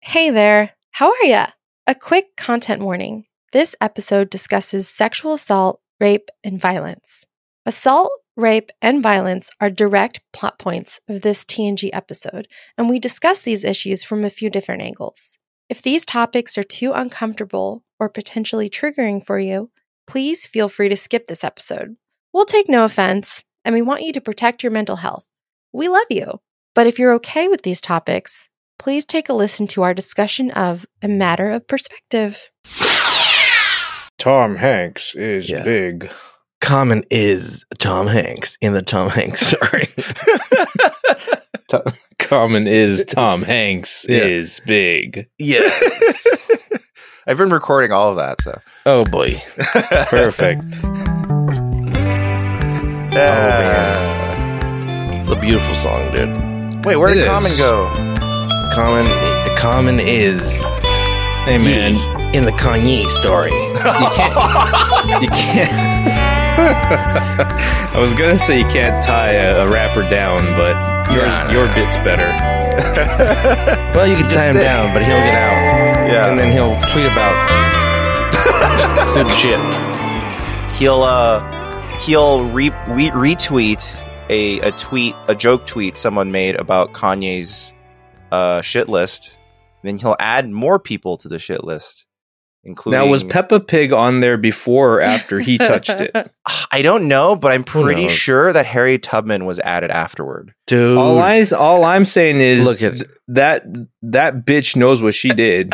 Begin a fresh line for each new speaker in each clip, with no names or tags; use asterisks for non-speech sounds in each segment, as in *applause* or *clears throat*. Hey there, how are ya? A quick content warning. This episode discusses sexual assault, rape, and violence. Assault, rape, and violence are direct plot points of this TNG episode, and we discuss these issues from a few different angles. If these topics are too uncomfortable or potentially triggering for you, please feel free to skip this episode. We'll take no offense, and we want you to protect your mental health. We love you. But if you're okay with these topics, please take a listen to our discussion of A Matter of Perspective.
Tom Hanks is *laughs*
Yeah.
big.
Common is Tom Hanks in the Tom Hanks *laughs* story.
Common is Tom Hanks
Yeah.
is big.
yes.
*laughs* I've been recording all of that,
*laughs*
so
Oh boy.
*laughs* Perfect.
Yeah.
It's a beautiful song, dude.
Wait, where
It
did
is.
Common go?
Common Common is
hey man, you
Yee in the Kanye story.
can't. You can't. *laughs* I was gonna say you can't tie a, a rapper down, but yours,
Nah, nah,
your
nah.
bit's better.
Well, you can
Just
tie him
did.
down, but he'll get out,
yeah,
and then he'll tweet about stupid shit.
He'll uh, he'll re- we- retweet a, a tweet, a joke tweet someone made about Kanye's uh, shit list. Then he'll add more people to the shit list, including.
Now was Peppa Pig on there before or after he touched *laughs*
*laughs*
it?
*sighs* I don't know, but I'm
Who
pretty
knows?
sure that Harry Tubman was added afterward.
Dude,
All I all I'm saying is
look at
that that bitch knows what she *laughs* did.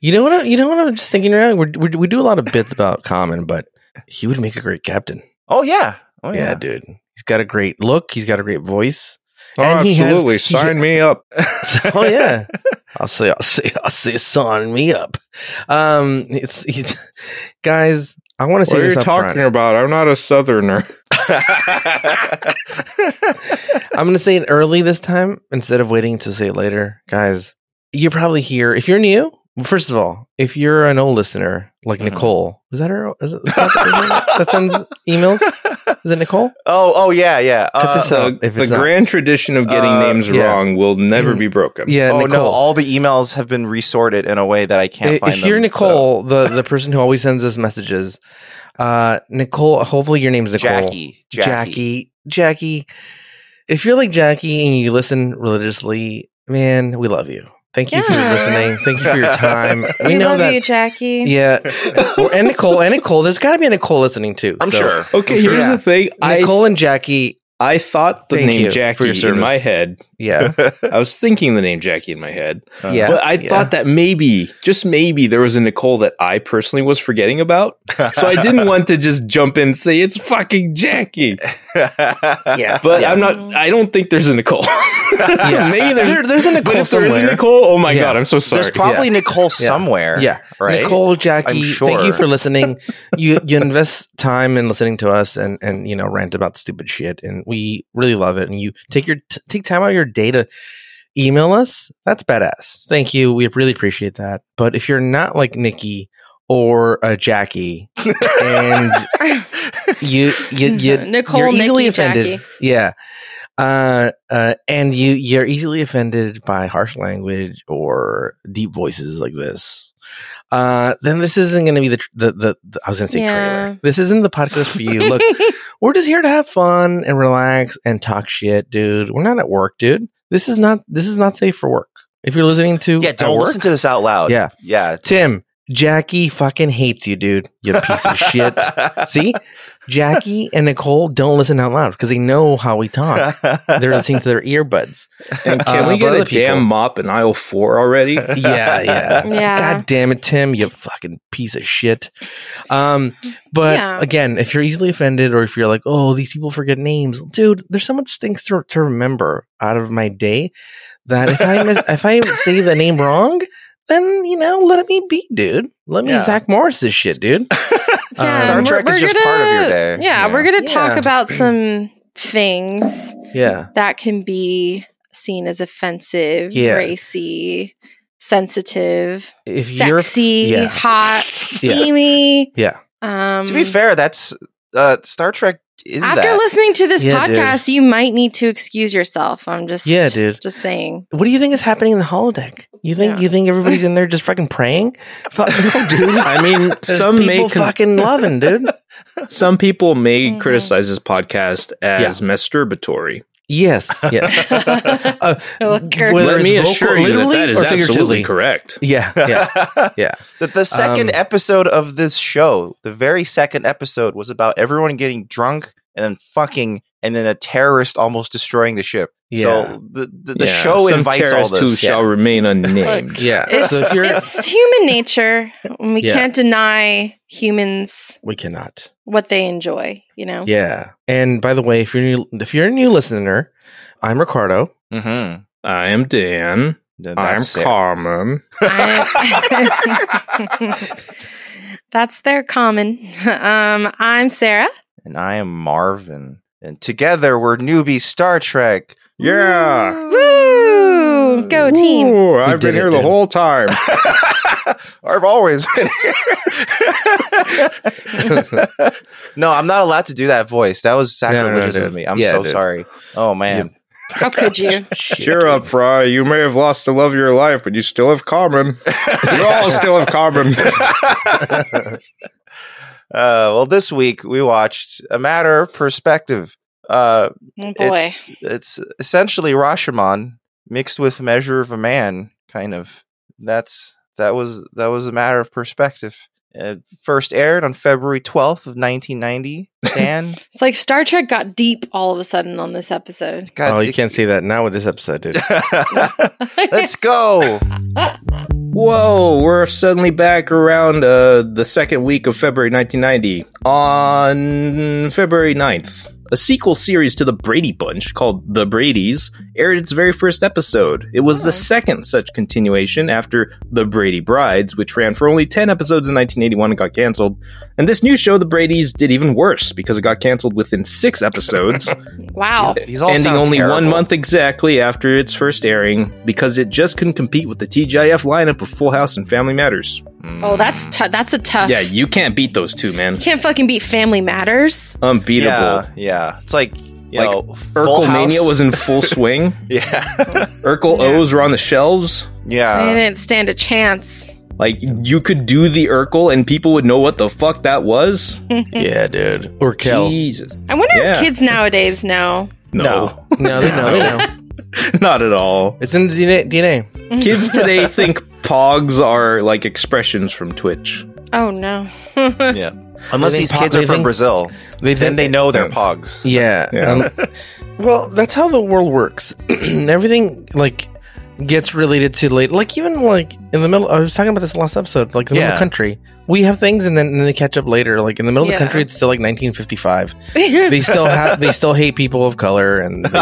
you know what? I, you know what I'm just thinking right now. We're, we we do a lot of bits about Common, but he would make a great captain.
Oh yeah, oh
yeah,
yeah.
dude. He's got a great look. He's got a great voice.
Oh,
And he has-
absolutely,
he-
sign me up.
*laughs*
*laughs*
oh yeah i'll say i'll say i'll say sign me up um it's, it's guys i want
What
to say
are you
this up
talking
front
about? I'm not a southerner.
i'm gonna say it early this time instead of waiting to say it later guys you're probably here if you're new first of all if you're an old listener like
Mhm.
Mm-hmm.
nicole is that her is it, is that her name that
*laughs*
sends emails is it nicole
*laughs* oh oh yeah yeah.
Cut this
Uh,
*laughs*
out.
the
if it's
the
not-
grand tradition of getting
Uh,
names
yeah. Mm.
wrong will never be broken. *laughs*
yeah
oh no,
nicole
all the emails have been resorted in a way that I can't
if
find.
you're
them,
nicole the, the person who always sends us messages uh nicole hopefully your name's
so.
nicole
Jackie, Jackie,
Jackie, Jackie. If you're like Jackie and you listen religiously, man, we love you. Thank you
Yeah.
for listening. Thank you for your
*laughs*
time. We, know
love
that.
you, Jackie.
Yeah, and Nicole and Nicole. There's got to be a Nicole listening too.
I'm
So,
sure.
*laughs* Okay,
I'm sure.
here's
Yeah.
the thing. I
Nicole and Jackie.
I thought the
Thank
name
you for
Jackie
your
in
service.
my head. *laughs*
Yeah,
I was thinking the name Jackie in my head,
Uh,
*laughs* yeah.
but I
yeah.
thought that maybe, just maybe, there was a Nicole that I personally was forgetting about. So I
*laughs*
*laughs*
didn't want to just jump in and say it's fucking Jackie.
Yeah,
But
yeah.
I'm not. I don't think there's a Nicole. *laughs*
Yeah.
Maybe there's.
There- there's
*laughs*
a
but
Nicole
if there is a
somewhere.
Nicole, oh my
Yeah.
god, I'm so sorry.
There's probably Nicole
Yeah.
somewhere.
Yeah.
Right.
Nicole, Jackie,
I'm
thank
sure.
you
*laughs*
for listening. you you invest time in listening to us and and you know rant about stupid shit, and we really love it. And you take your t- take time out of your day to email us. That's badass. Thank you. We really appreciate that. But if you're not like Nikki or
*laughs*
uh, Jackie, and you you
*laughs*
you
Nicole,
you're easily
Nikki,
offended.
Jackie.
Yeah. Uh, uh, and you you're easily offended by harsh language or deep voices like this. Uh, then this isn't going to be the, tr- the the the- I was going to say
Yeah.
trailer. This isn't the podcast for you.
*laughs*
Look, we're just here to have fun and relax and talk shit, dude. We're not at work, dude. This is not this is not safe for work. If you're listening to
Yeah,
at
don't
work,
listen to this out loud.
Yeah.
Yeah.
Tim. Jackie fucking hates you, dude. You
*laughs*
piece of shit. See, Jackie and Nicole don't listen out loud because they know how we talk they're listening to their earbuds.
And can
Uh,
we
but
get a
other people-
damn mop in aisle four already?
*laughs* Yeah,
*laughs*
yeah.
Yeah.
God damn it, Tim, you fucking piece of shit. Um, but
Yeah.
again, if you're easily offended or if you're like, oh, these people forget names, dude, there's so much things to, to remember out of my day that if I mis- if I say the name wrong, then you know, let me be, dude. Let me
Yeah.
Zach Morris's shit, dude.
Yeah,
Star
and
Trek is just part of your day.
Yeah,
Yeah.
we're going to
Yeah.
talk about some things
Yeah.
that can be seen as offensive,
Yeah.
racy, sensitive,
If you're
sexy,
yeah.
hot, steamy.
Yeah.
Um,
to be fair, that's uh, Star Trek is
After
that?
listening to this
Yeah, dude.
podcast, you might need to excuse yourself. I'm just
Yeah, dude.
Just saying.
What do you think is happening in the holodeck? You think
Yeah.
you think everybody's in there just fucking praying? Fuck no, dude.
I *laughs* mean,
There's
some may
people
con-
fucking loving, dude.
some people may
Mhm.
criticize this podcast as masturbatory.
Yes, yes. *laughs* Uh,
Looker.
Whether
Let
it's
me
vocal,
assure you that
literally,
that is
or
absolutely
figuratively.
correct.
Yeah,
*laughs*
yeah. yeah.
The, the second
Um,
episode of this show, the very second episode, was about everyone getting drunk and then fucking, and then a terrorist almost destroying the ship.
Yeah.
So the the, the
Yeah,
show
some
invites all
terrorist who
this.
shall remain unnamed.
Yeah.
It's,
So if you're,
it's human nature. and We
Yeah.
can't deny humans
we cannot.
what they enjoy, you know?
Yeah. And by the way, if you're new, if you're a new listener, I'm Ricardo.
Mm-hmm.
I am Dan. I'm Carmen.
I- *laughs* That's their common. Um, I'm Sarah.
and I am Marvin, and together we're newbie Star Trek.
Yeah.
Woo! Go team.
Ooh,
We
I've
did
been
it,
here the
dude.
*laughs*
whole time.
I've always *laughs* been
*laughs*
here. *laughs* no, I'm not allowed to do that voice. That was
no,
sacrilegious
dude.
of me. I'm
Yeah,
so
dude.
sorry. Oh man.
How could you?
Cheer up, Fry. You may have lost the love of your life, but you still
*laughs*
have Carmen. You all still have Carmen.
uh, well, this week we watched A Matter of Perspective. Uh,
Oh, boy.
it's it's essentially Rashomon mixed with Measure of a Man, kind of. That's that was that was a matter of perspective. It first aired on February twelfth of
*laughs*
nineteen ninety. Dan,
It's like Star Trek got deep all of a sudden on this episode.
God,
oh, you
it-
can't
*laughs*
say that now with this episode, dude.
Let's go.
Whoa, we're suddenly back around uh, the second week of February 1990. On February 9th, a sequel series to The Brady Bunch called The Brady's aired its very first episode. It was the second such continuation after The Brady Brides, which ran for only 10 episodes in 1981 and got canceled. And this new show, The Brady's, did even worse because it got canceled within six episodes
Wow.
These all
ending
sound
only one
terrible.
month exactly after its first airing because it just couldn't compete with the TGIF lineup of Full House and Family Matters.
Mm.
Oh, that's tou- that's a tough.
Yeah, you can't beat those two, man.
you can't fucking beat Family Matters.
Unbeatable.
Yeah, yeah. It's like you
Like,
know, Full
Urkel
House.
Mania was in full swing.
*laughs* yeah,
Urkel
Yeah.
O's were on the shelves.
I
Uh.
yeah.
didn't stand a chance. *laughs*
Like you could do the Urkel and people would know what the fuck that was.
yeah, dude. Or Kel.
Jesus.
I wonder if
Yeah.
kids nowadays know.
No. *laughs*
No, they know. They know. *laughs*
Not at all.
It's in the DNA. DNA.
Kids today think pogs are like expressions from Twitch.
Oh no. *laughs*
yeah. Unless
They
these
think-
kids
they
are from
think-
Brazil,
They
then they know they're
Hmm.
Yeah.
pogs.
*laughs* Yeah.
Yeah.
*laughs*
Um, well, that's how the world works. *clears throat* Everything like gets related to late. Like even like in the middle. I was talking about this last episode. Like in the middle of
Yeah.
the country, we have things, and then and then they catch up later. Like in the middle of
Yeah.
the country, it's still like 1955. *laughs* They still have. They still hate people of color,
*laughs*
and they,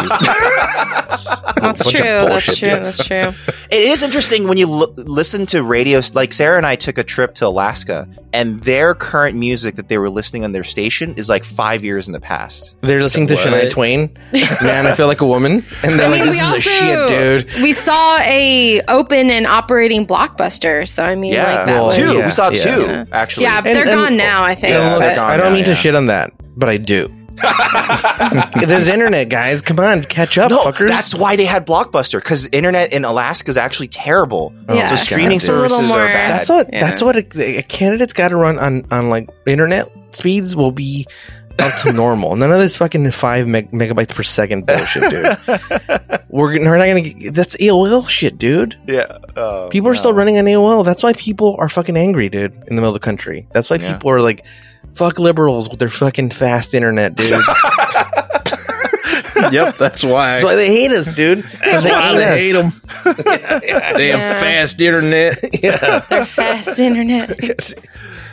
that's
bunch
true.
of
That's
bullshit,
true.
dude.
That's true.
It is interesting when you l- listen to radio. Like Sarah and I took a trip to Alaska, and their current music that they were listening on their station is like five years in the past.
they're listening to
What?
*laughs*
Shania Twain. Man, I feel like a woman, and they're
I
like,
mean,
"This
we
is
also
a shit, dude."
we saw a open and operating blockbuster. So I mean, like that
Well,
was.
two.
yeah,
we saw
yeah.
two
Yeah.
actually.
Yeah, but
And-
they're
and-
gone now. I think.
Yeah,
And look,
they're
but-
gone
I don't
now,
mean
yeah.
to shit on that, but
*laughs*
I do. There's internet, guys. Come on, catch up,
no,
fuckers.
that's why they had Blockbuster because internet in Alaska is actually terrible.
Oh.
Oh,
Yeah.
So
Okay.
streaming
It's a little
services are
more-
bad.
That's what
Yeah.
that's what a, a candidate's got to run on on like internet speeds will be up to normal. None of this fucking five meg- megabytes per second bullshit,
*laughs*
dude. we're, gonna- we're not gonna. Get, that's AOL shit, dude.
yeah, oh,
People are
no.
still running on AOL. That's why people are fucking angry, dude, in the middle of the country. That's why
Yeah.
people are like, fuck liberals with their fucking fast
*laughs*
internet, dude.
yep, that's why.
that's why they hate us, dude.
That's
Because they
why
hate
they
us.
hate them. Damn
Yeah.
fast internet.
*laughs* They're fast internet.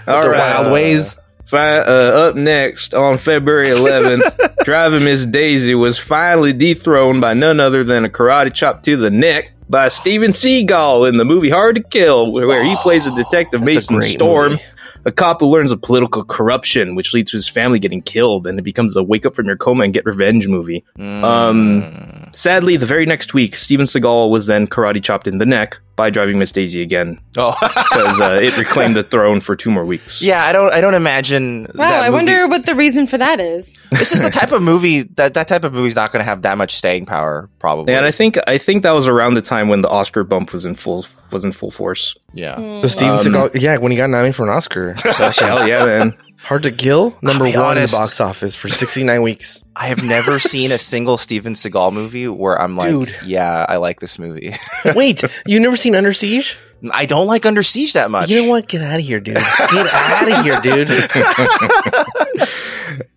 All
With their
right.
wild ways.
Fi- uh, up next on February
*laughs*
11th, driving Miss Daisy was finally dethroned by none other than a karate chop to the neck by Steven Seagal in the movie Hard to Kill, where where he plays a detective
Oh, That's a
Mason
great
Storm,
movie.
a cop who learns of political corruption, which leads to his family getting killed, and it becomes a wake up from your coma and get revenge
Mm.
movie. Um, Sadly, the very next week, Steven Seagal was then karate chopped in the neck, by driving Miss Daisy again
Oh,
because uh, it reclaimed
*laughs*
the throne for two more
*laughs*
weeks.
yeah, I don't. I don't imagine.
Wow, I
that movie-
wonder what the reason for that is.
It's just the type of movie that that type of movie's not going to have that much staying power, probably.
And I think I think that was around the time when the Oscar bump was in full was in full force.
yeah.
Hmm.
So Steven
Um,
Seagal, yeah, when he got nominated for an
*laughs*
Oscar,
So, hell yeah, man!
Hard to Kill, number
be
one
honest.
in the box office *laughs* for 69 weeks.
I have
*laughs*
never seen a single Steven Seagal movie where I'm like,
Dude.
yeah, I like this movie. *laughs*
Wait, you never seen Under Siege?
I don't like Under Siege that much.
You know what? Get out of here, dude. Get out of here, dude. *laughs*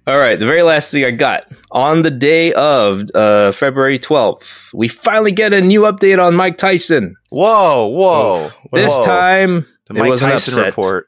All right, the very last thing I got on the day of uh, February twelfth, we finally get a new update on Mike Tyson.
Whoa, whoa.
This
whoa.
time
the
it
Mike
was an
Tyson
upset.
report.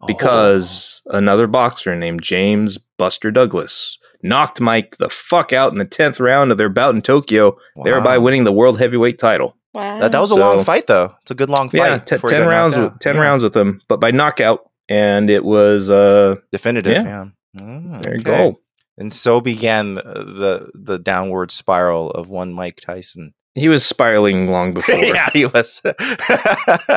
Oh.
because another boxer named James Buster Douglas knocked Mike the fuck out in the 10th round of their bout in Tokyo,
Oh, Wow.
thereby winning the world heavyweight title.
Wow.
That, that was a
So-
long fight, though. It's a good long fight.
yeah, te-
before he
10
got
rounds
knocked
with,
out.
10
Yeah.
rounds with him, but by knockout and it was uh
Definitive,
Yeah.
yeah. Mm,
there you
okay.
go.
And so began the the downward spiral of one Mike Tyson.
*laughs* He was spiraling long before.
*laughs* yeah, he was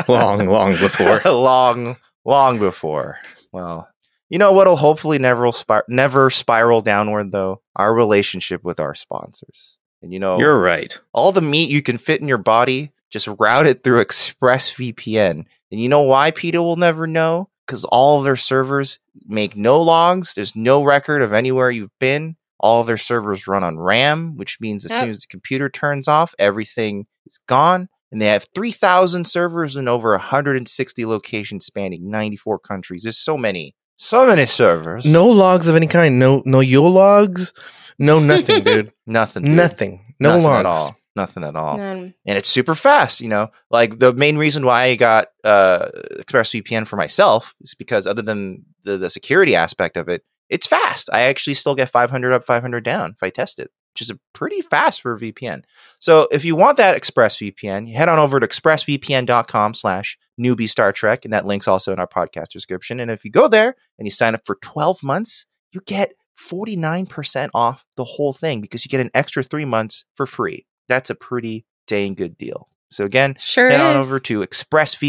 Long,
*laughs*
long before.
long, long before. Well, you know what'll hopefully never spir- never spiral downward though. Our relationship with our sponsors, and you know,
You're right.
all the meat you can fit in your body, just route it through ExpressVPN. And you know why Peter will never know? Because all of their servers make no logs. There's no record of anywhere you've been. All of their servers run on RAM, which means as
Yep.
soon as the computer turns off, everything is gone. And they have 3,000 servers in over 160 locations spanning 94 countries. There's so many, so many servers.
No logs of any kind. No, no yo logs. No nothing, *laughs* dude.
nothing. dude.
nothing. No
Nothing
logs
at all. Nothing at all.
None.
and it's super fast. You know, like the main reason why I got uh, ExpressVPN for myself is because other than the, the security aspect of it, it's fast. I actually still get 500 up, 500 down if I test it, which is a pretty fast for a VPN. So if you want that ExpressVPN, you head on over to expressvpn.com slash newbie Star Trek, and that link's also in our podcast description. And if you go there and you sign up for 12 months, you get 49% off the whole thing because you get an extra three months for free. That's a pretty dang good deal. So again,
Sure
head on
is. *laughs*
over to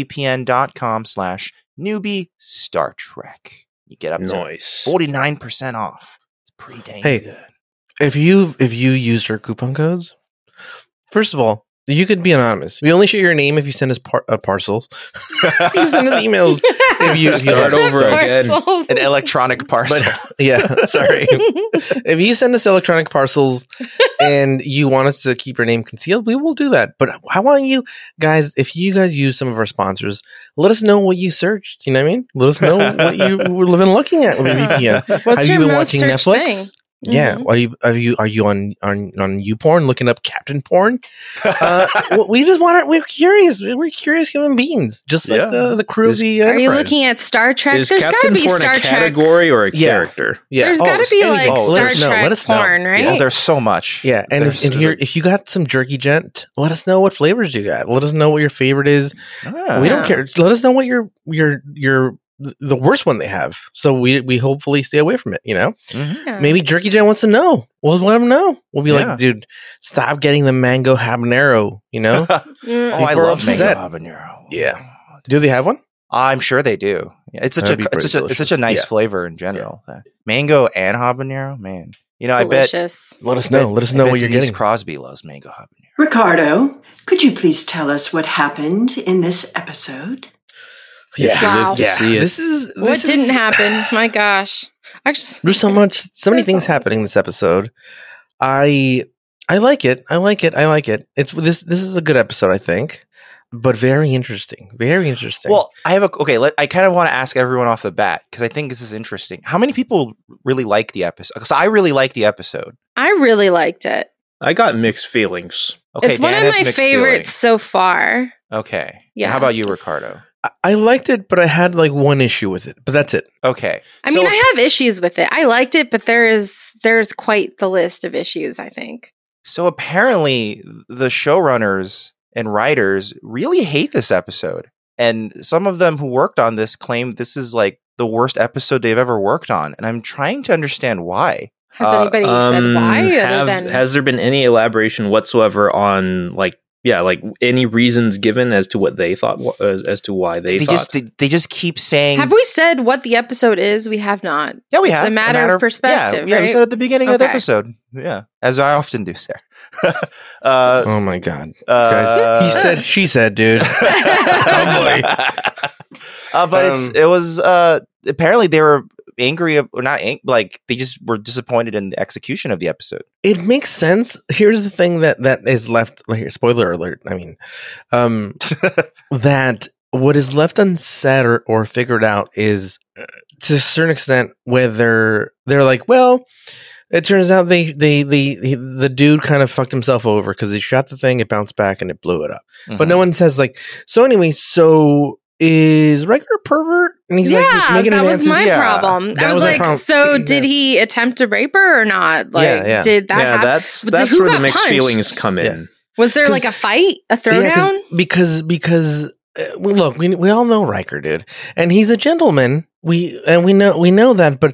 expressvpn.com slash newbie Star Trek. You get up to
Nice.
49% off. It's pretty dang
Hey.
good.
If you if you use your coupon codes, first of all, you could be anonymous. We only share your name if you send us par- uh, parcels. you
*laughs*
send us emails. If you, *laughs* if you
Start over again.
An electronic
uh,
parcel.
Yeah, sorry. if you send us
*laughs*
electronic parcels and you want us to keep your name concealed, we will do that. But I want you guys, if you guys use some of our sponsors, let us know what you searched. You know what I mean? Let us know what you
*laughs*
were living looking at with your *laughs* VPN.
What's
have
your
you been
most
watching
searched
Netflix?
thing?
Mm-hmm.
Yeah.
Mhm.
Are you are you are you on on on YouPorn looking up Captain Porn? *laughs* Uh, w- we just want to. We're curious. We're curious human beings, just like
Yeah.
the the crew. of
Is-
the
Are you
Enterprise.
looking at Star Trek?
Is
There's got to
Captain
be
Porn
Star
a
Trek.
category or a
Yeah.
character?
Yeah.
There's
Oh,
got to be
anything.
like
Oh, let
Star
us know,
Trek
let us know.
porn, right?
Oh, there's so much.
Yeah, and
There's-
if, and
there's
here,
a-
if you got some jerky gent, let us know what flavors you got. Let us know what your favorite is.
Ah.
we don't care. Let us know what your your your the worst one they have. So we we hopefully stay away from it. You know,
Mhm.
Yeah.
maybe jerky gent wants to know. We'll let them know. We'll be
Yeah.
like, dude, stop getting the mango habanero. You *laughs* know,
Mm.
Oh, I
People are
love
upset.
mango habanero.
Yeah. do they have one?
I'm sure they do. Yeah, it's such
That'd
a
be
it's such a,
pretty
it's such a nice
delicious.
flavor in general. Uh, Mango and habanero, man. You know, I bet
Delicious.
Let us know. Let us
I
know
bet
what you're
Denise
getting.
Crosby loves mango habanero.
Ricardo, could you please tell us what happened in this episode?
yeah,
Wow.
Live to
yeah.
see it.
This is this
What
is- *laughs*
didn't happen? My gosh. Actually,
There's so much, so many
There's
things
so much.
happening this episode. I, I like it. I like it. I like it. It's this. This is a good episode, I think, but very interesting. Very interesting.
Well, I have a okay. Let, I kind of want to ask everyone off the bat because I think this is interesting. How many people really like the episode? Because I really like the episode.
I really liked it.
I got mixed feelings.
Okay,
it's one
Dan
of
has
my
mixed
favorites so far.
feelings. Okay, And
Yeah.
how about you, Ricardo?
I, I liked it, but I had like one issue with it. But that's it.
Okay,
I
So-
mean, I have issues with it. I liked it, but there is there's quite the list of issues. I think.
So apparently, the showrunners and writers really hate this episode. And some of them who worked on this claim this is like the worst episode they've ever worked on. And I'm trying to understand why.
Has
Uh,
anybody said why?
um, have-
other than
Has there been any elaboration whatsoever on like Yeah, like any reasons given as to what they thought wa- as, as to why they,
They,
thought.
just they, they just keep saying.
Have we said what the episode is? We have not.
yeah, we
it's
have
a matter of perspective,
Yeah, yeah, we
right?
said at the beginning of the
Okay.
episode. Yeah, as I often do, Sarah. *laughs* uh,
Oh my god,
uh,
he said, she said, dude.
*laughs* Uh, but it's
Um,
it was uh, apparently they were angry ab- or not ang- like they just were disappointed in the execution of the episode.
it makes sense. Here's the thing that that is left. well, Here, spoiler alert. I mean, um, that what is left unsaid or, or figured out is uh, to a certain extent whether they're like, well, it turns out they they the the dude kind of fucked himself over because he shot the thing, it bounced back, and it blew it up. But
Mm-hmm.
no one says like, so anyway, so is regular pervert? And he's
yeah,
like making
that was
advances.
my
Yeah.
problem.
That
I was,
was my
like,
problem.
so
Yeah.
did he attempt to rape her or not? Like,
Yeah, yeah.
did that
yeah,
happen?
that's
But then
that's
who
where the
got
mixed
punched?
feelings come in.
was there
'cause-
like a fight, a
Yeah, 'cause-
throwdown?
because because uh, well, look, we we all know Riker, dude, and he's a gentleman. We and we know we know that, but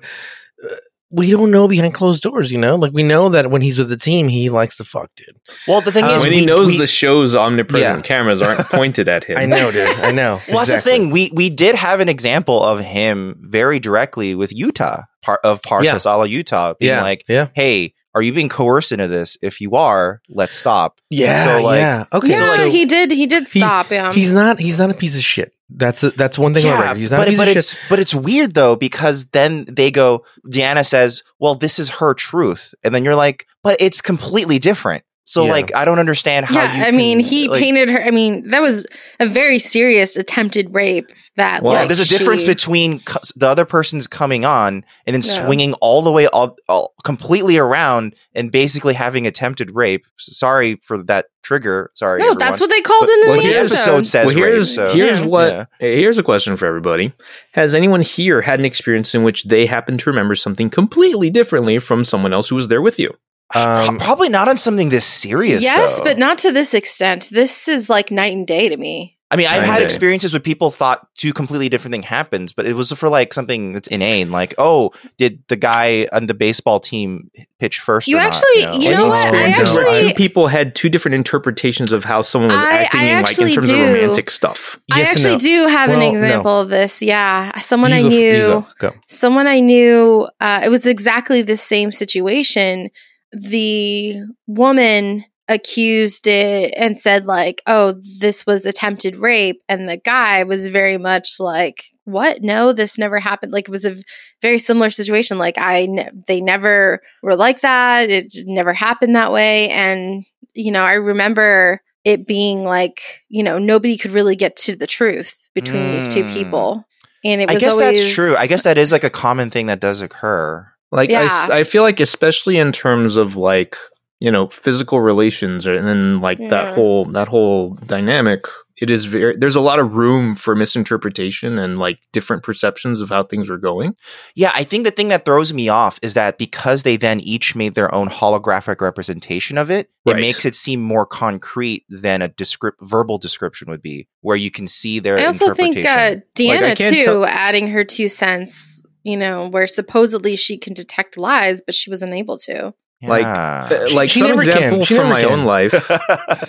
uh, we don't know behind closed doors. You know, like we know that when he's with the team, he likes to fuck, dude.
Well, the thing
Um,
is,
when
we,
he knows
we-
the show's omnipresent
Yeah.
cameras aren't pointed at him.
I know, dude. I know.
*laughs* Well, that's the
Exactly.
thing. We we did have an example of him very directly with Utah part of Parshas a la Utah being
Yeah,
like,
yeah,
"Hey, are you being coerced into this? If you are, let's stop."
yeah,
so, like-
yeah. Okay,
yeah,
so
he um, did. He did
he-
stop him.
he's not he's not a piece of shit. That's a, that's one thing. about Riker. he's not a
but,
piece
but
of
it's
shit.
but it's weird though because then they go. Deanna says, "Well, this is her truth," and then you're like, "But it's completely different." So
Yeah.
like, I don't understand how.
yeah,
you
I mean,
can,
he
like-
painted her. I mean, that was a very serious attempted rape. That
Well,
like,
there's a difference
she-
between co- the other person's coming on and then
Yeah.
swinging all the way all, all completely around and basically having attempted rape. S- Sorry for that trigger. Sorry.
No,
everyone.
that's what they called
But-
it in
well,
the
the
the
episode.
episode says
well, here's
rape. So
here's
Yeah.
what eh,
Yeah.
here's a question for everybody: Has anyone here had an experience in which they happen to remember something completely differently from someone else who was there with you?
Pro-
Um,
probably not on something this serious.
Yes,
though.
but not to this extent. This is like night and day to me.
I mean, I've
Right.
had experiences where people thought two completely different things happened, but it was for like something that's inane, like, oh, did the guy on the baseball team pitch first?
You
or not,
actually- you
Like,
know what? I
Experiences
actually-
where two people had two different interpretations of how someone was
I-
acting,
I
like in
actually
terms of
do.
romantic stuff.
I
Yes and
actually
no.
do have
Well,
an
no.
example of this. Yeah, someone
You
I
go f- you
knew.
Go. Go.
someone I knew, uh, it was exactly the same situation. The woman accused it and said, like, oh, this was attempted rape. And the guy was very much like, what? No, this never happened. Like, it was a v- very similar situation. Like, I, ne- they never were like that. It j- never happened that way. And, you know, I remember it being like, you know, nobody could really get to the truth between these two
Mm.
people. And it
I
was
guess that's
always-
true. I guess that is like a common thing that does occur.
Like I s-
Yeah.
I, feel like especially in terms of like you know physical relations or, and then like
Yeah.
that whole that whole dynamic. It is very there's a lot of room for misinterpretation and like different perceptions of how things are going.
Yeah, I think the thing that throws me off is that because they then each made their own holographic representation of it,
Right.
it makes it seem more concrete than a descript- verbal description would be, where you can see their
I also think uh,
interpretation.
Deanna
Like, I can't
too,
tell-
adding her two cents. You know, where supposedly she can detect lies, but she was unable to. *laughs*
like,
Yeah. *laughs*
Uh, like
she
some
never can.
example
She
from
never
my
can.
own life.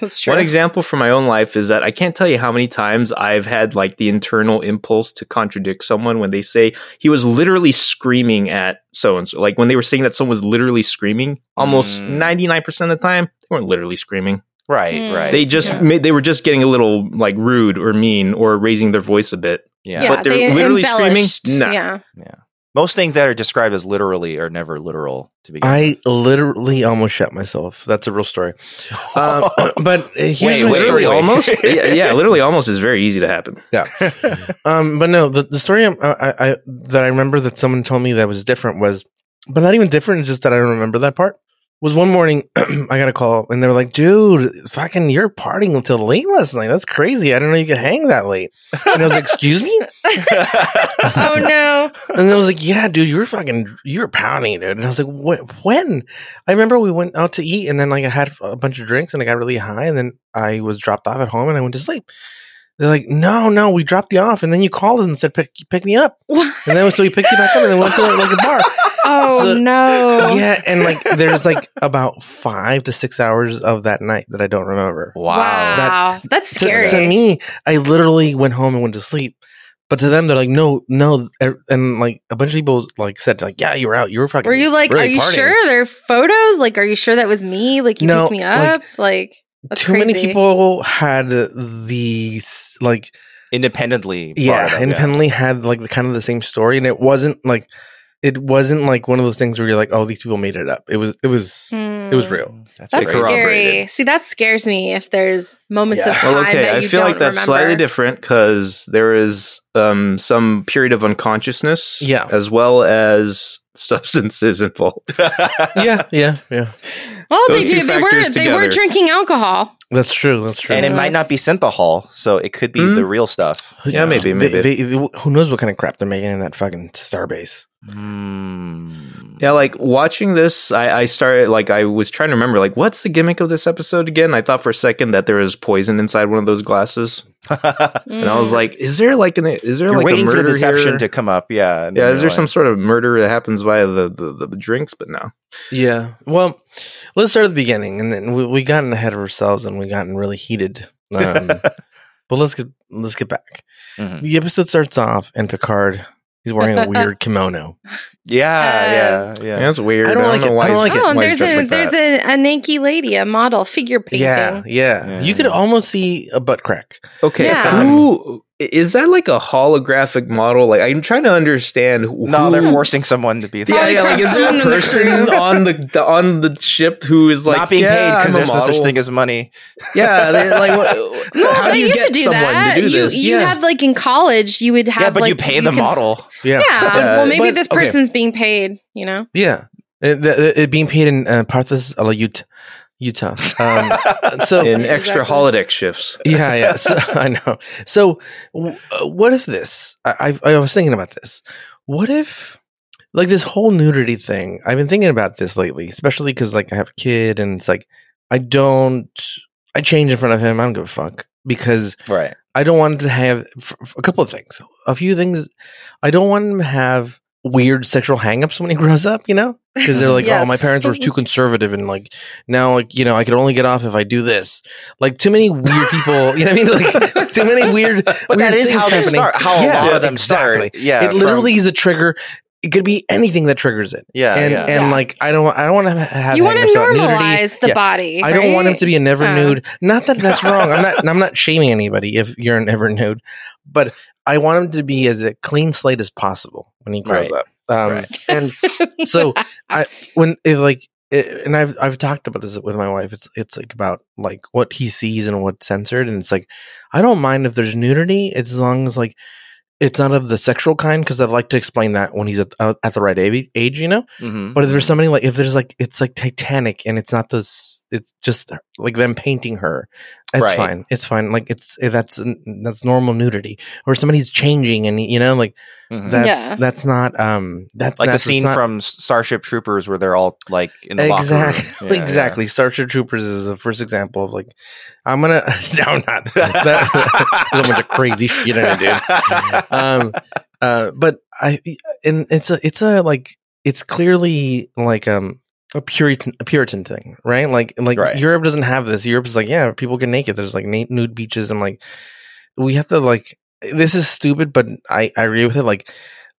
That's
One example from my own life is that I can't tell you how many times I've had like the internal impulse to contradict someone when they say he was literally screaming at so and so. Like when they were saying that someone was literally screaming, almost
Mm.
ninety nine percent of the time they weren't literally screaming.
right,
Mm.
right.
They just
yeah.
made, they were just getting a little like rude or mean or raising their voice a bit.
yeah.
yeah,
But they're
they
literally
embellished.
screaming? Nah.
Yeah,
Most things that are described as literally are never literal to begin. with.
I literally almost shot myself. That's a real
*laughs*
story. Um, *coughs* but
Wait,
here's my
wait,
story.
literally almost. yeah, yeah, literally almost is very easy to happen.
Um, but no, the, the story I, I, I that I remember that someone told me that was different was, but not even different. It's just that I don't remember that part. Was one morning *clears throat* I got a call and they were like, "Dude, fucking, you're partying until late last night. That's crazy. I didn't know you could hang that late." And I was like, "Excuse me?"
oh no,
And I was like, "Yeah, dude, you were fucking, you were pounding, dude." And I was like, "What? When?" I remember we went out to eat, and then like I had a bunch of drinks, and I got really high, and then I was dropped off at home, and I went to sleep. They're like, "No, no, we dropped you off, and then you called us and said pick pick me up."
What?
*laughs*
And then so we picked you back up and then went to like, a bar.
Oh
So-
no.
Yeah, and like there's like about five to six hours of that night that I don't remember.
Wow. That's
To-
scary.
To, me, I literally went home and went to sleep. But to them, they're like, no, no, er- and like a bunch of people like said, like, yeah, you were out, you were fucking.
Were you like,
really
are you
partying."
sure there are photos? Like, are you sure that was me? Like, you
No,
picked me
like,
up? Like, that's
Too many
crazy.
people had the s- like,
independently. brought it
yeah,
up,
independently had like the kind of the same story, and it wasn't like, it wasn't like one of those things where you're like, oh, these people made it up. It was, it was, it was
Hmm.
real.
That's,
That's
crazy.
scary. See, that scares me if there's moments of
Yeah.
time that
I
you
feel
don't
like that's
remember.
slightly different because there is um, some period of unconsciousness,
Yeah.
as well as *laughs* substances involved.
Hmm.
yeah, yeah, yeah.
Well, they,
Those two
do, they were
factors
they were
together.
drinking alcohol.
That's true. That's true.
*laughs* and it might not be synthahol, so it could be
Hmm?
the real stuff.
Yeah, maybe,
They-
maybe.
they- they- who knows what kind of crap they're making in that fucking Starbase?
Hmm. *laughs*
Yeah, like watching this, I, I started like I was trying to remember like what's the gimmick of this episode again? I thought for a second that there was poison inside one of those glasses, and I was
Mm-hmm.
like, is there like an is there
You're
like a
waiting for
murder
the deception
here?
to come up. Yeah. and
yeah,
then
is
you're
there some *laughs*
like, *laughs*
sort of murder that happens via the the, the, the drinks? But no,
Yeah. Well, let's start at the beginning, and then we we gotten ahead of ourselves, and we gotten really heated. Um, but let's get let's get back.
Mhm.
The episode starts off, and Picard he's
*laughs*
wearing a weird kimono.
Yeah, yeah,
yeah.
yeah.
that's weird.
I don't like
know
it.
why
I don't
he's-
like it.
oh, and
why
there's
he's
a
dressed
there's
like that.
a, a Nanky lady, a model figure painting.
Yeah, yeah,
Yeah.
You could almost see a butt crack.
okay.
Yeah.
Um,
Who is that? Like a holographic model? Like I'm trying to understand. Who,
No, they're
who-
forcing someone to be there.
Yeah, yeah, like is there
Someone
a
in the
person
crew.
*laughs* on the, the on the ship who is like
Not being
yeah,
paid because
I'm a
there's no such
model.
thing as money.
*laughs* Yeah, they, like
*laughs*
what,
No,
how do
they
you
used
get
to do
someone
that.
to do
you
this?
you
Yeah.
have like in college, you would have.
yeah, but
like,
you pay the
can s-
model.
Yeah,
Yeah,
Yeah.
well, maybe
But-
this
okay.
person's being paid. You know,
yeah. It, it- it being paid in uh, Parthas a la Utah. Utah. Um, so
in extra
Exactly.
holodeck shifts.
yeah, yeah. So, *laughs* I know. So, w- uh, what if this? I, I I was thinking about this. What if, like, this whole nudity thing? I've been thinking about this lately, especially because like I have a kid, and it's like I don't. I change in front of him. I don't give a fuck because
*laughs* Right.
I don't want him to have f- f- a couple of things. A few things. I don't want him to have weird sexual hangups when he *laughs* grows up. You know, because they're like, oh, my
Yes.
parents were too conservative, and like now, like you know, I could only get off if I do this. Like too many weird people. *laughs* You know what I mean? Like
*laughs*
too many weird.
But that is how they start. How a lot of them
exactly.
start. Yeah.
it literally
from-
is a trigger. It could be anything that triggers it,
yeah.
and
yeah.
and
Yeah.
like I don't I don't want to have
you want to
hangups about nudity.
normalize the
Yeah.
body.
I don't want him
right?
to be an ever
Uh.
nude. Not that that's wrong. I'm not. I'm not shaming anybody if you're an ever nude, but I want him to be as a clean slate as possible when he grows
Right.
up. Um,
Right. *laughs*
And so when if like, it, and I've I've talked about this with my wife. It's it's like about like what he sees and what's censored, and it's like I don't mind if there's nudity as long as like. It's not of the sexual kind because I'd like to explain that when he's at, uh, at the right age, age, you know.
Mhm.
But if there's somebody like if there's like it's like Titanic and it's not this, it's just like them painting her. It's
Right.
fine. It's fine. Like it's eh, that's that's normal nudity. Or somebody's changing and you know like
Mhm.
that's
Yeah.
that's not um that's
like the
that's- it's
scene
not-
from Starship Troopers where they're all like in the locker room.
exactly
Yeah, yeah.
*laughs* exactly. Starship Troopers is the first example of like I'm gonna *laughs* no I'm not
*laughs*
that, *laughs* there's a bunch of crazy shit I do. *laughs* um uh but i and it's a it's a like it's clearly like um a puritan a puritan thing right like like
Right.
europe doesn't have this europe's like yeah people get naked there's like na- nude beaches and like we have to like this is stupid but i i agree with it like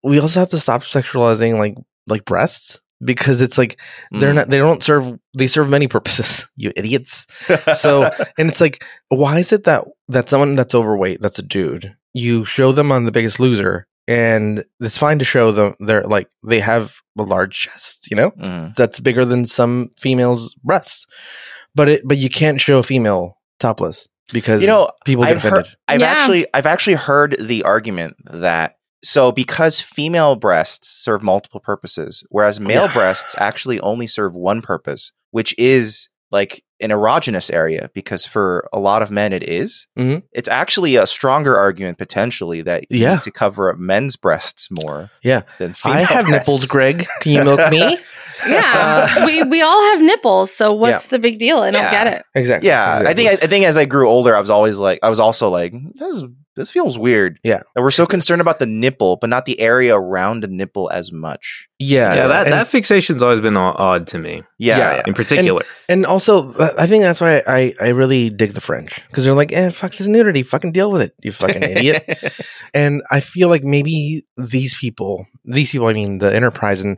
we also have to stop sexualizing like like breasts because it's like
Mm.
they're not they don't serve they serve many purposes *laughs* you idiots
Mm.
so and it's like why is it that that someone that's overweight that's a dude you show them on the biggest loser and it's fine to show them they're like they have a large chest you know
Mhm.
that's bigger than some females breasts but it but you can't show a female topless because
You know,
people get
I've,
offended
heard, I've
Yeah.
actually I've actually heard the argument that so because female breasts serve multiple purposes, whereas male
Yeah.
breasts actually only serve one purpose, which is like an erogenous area, because for a lot of men it is.
Mhm.
It's actually a stronger argument potentially that you
Yeah.
need to cover up men's breasts more.
Yeah.
than female
i have
*laughs* breasts.
nipples greg can you milk
*laughs*
me
*laughs* Yeah,
Uh,
we we all have nipples, so what's the big deal? I don't
Yeah.
get it.
exactly
Yeah, I think I, I think as I grew older, I was always like, I was also like, this is This feels weird.
Yeah.
That we're so concerned about the nipple, but not the area around the nipple as much.
Yeah,
yeah, that,
and-
that fixation's always been o- odd to me
Yeah.
Yeah.
in particular.
And also, uh, I think that's why I, I really dig the French because they're like, eh, fuck this nudity, fucking deal with it, you fucking
*laughs*
idiot. and I feel like maybe these people, these people, I mean, the Enterprise and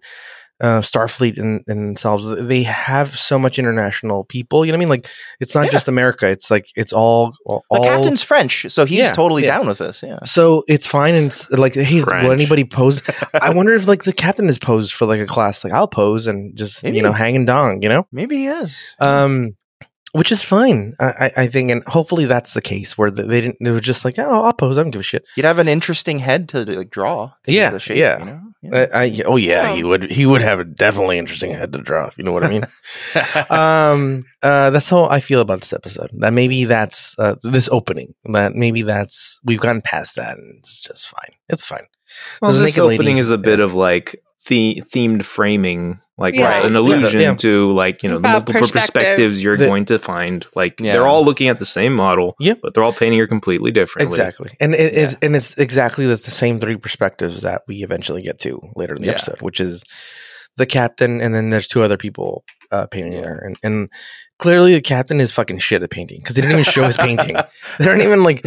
uh, Starfleet and, and themselves, they have so much international people. You know what I mean? Like, it's not
Yeah.
just America. It's like it's all all.
The captain's French, so he's
Yeah,
totally
yeah.
down with this. Yeah.
So it's fine and it's like, hey,
French.
will anybody pose? I wonder if like the captain is posed for like a class. Like I'll pose and just
Maybe.
you know hang and dong. You know
Maybe he is.
um, which is fine, I, I- I think, and hopefully that's the case where th- they didn't. They were just like, "Oh, I'll pose. I don't give a shit."
You'd have an interesting head to like draw. 'cause of
Yeah,
the shape,
yeah.
you know?
I,
Yeah. Uh,
I, oh yeah,
Oh.
he would. He would have a definitely interesting head to drop. You know what I mean? *laughs*
*laughs*
um, uh, that's how I feel about this episode. That maybe that's uh, this opening. That maybe that's we've gotten past that, and it's just fine. It's fine.
Well,
Those
this
naked
opening
ladies,
is a bit
yeah.
of like the- themed framing, like
Yeah.
an
Right.
allusion
Yeah.
to like you know the
About
multiple
perspective.
perspectives you're
The-
going to find. Like
Yeah.
they're all looking at the same model,
Yeah.
but they're all painting her completely differently. *laughs*
Exactly, and it is, and it's exactly that's the same three perspectives that we eventually get to later in the
Yeah.
episode, which is the captain, and then there's two other people uh, painting
Yeah.
her, and, and clearly the captain is fucking shit at painting because he didn't even show his painting. *laughs* They don't even like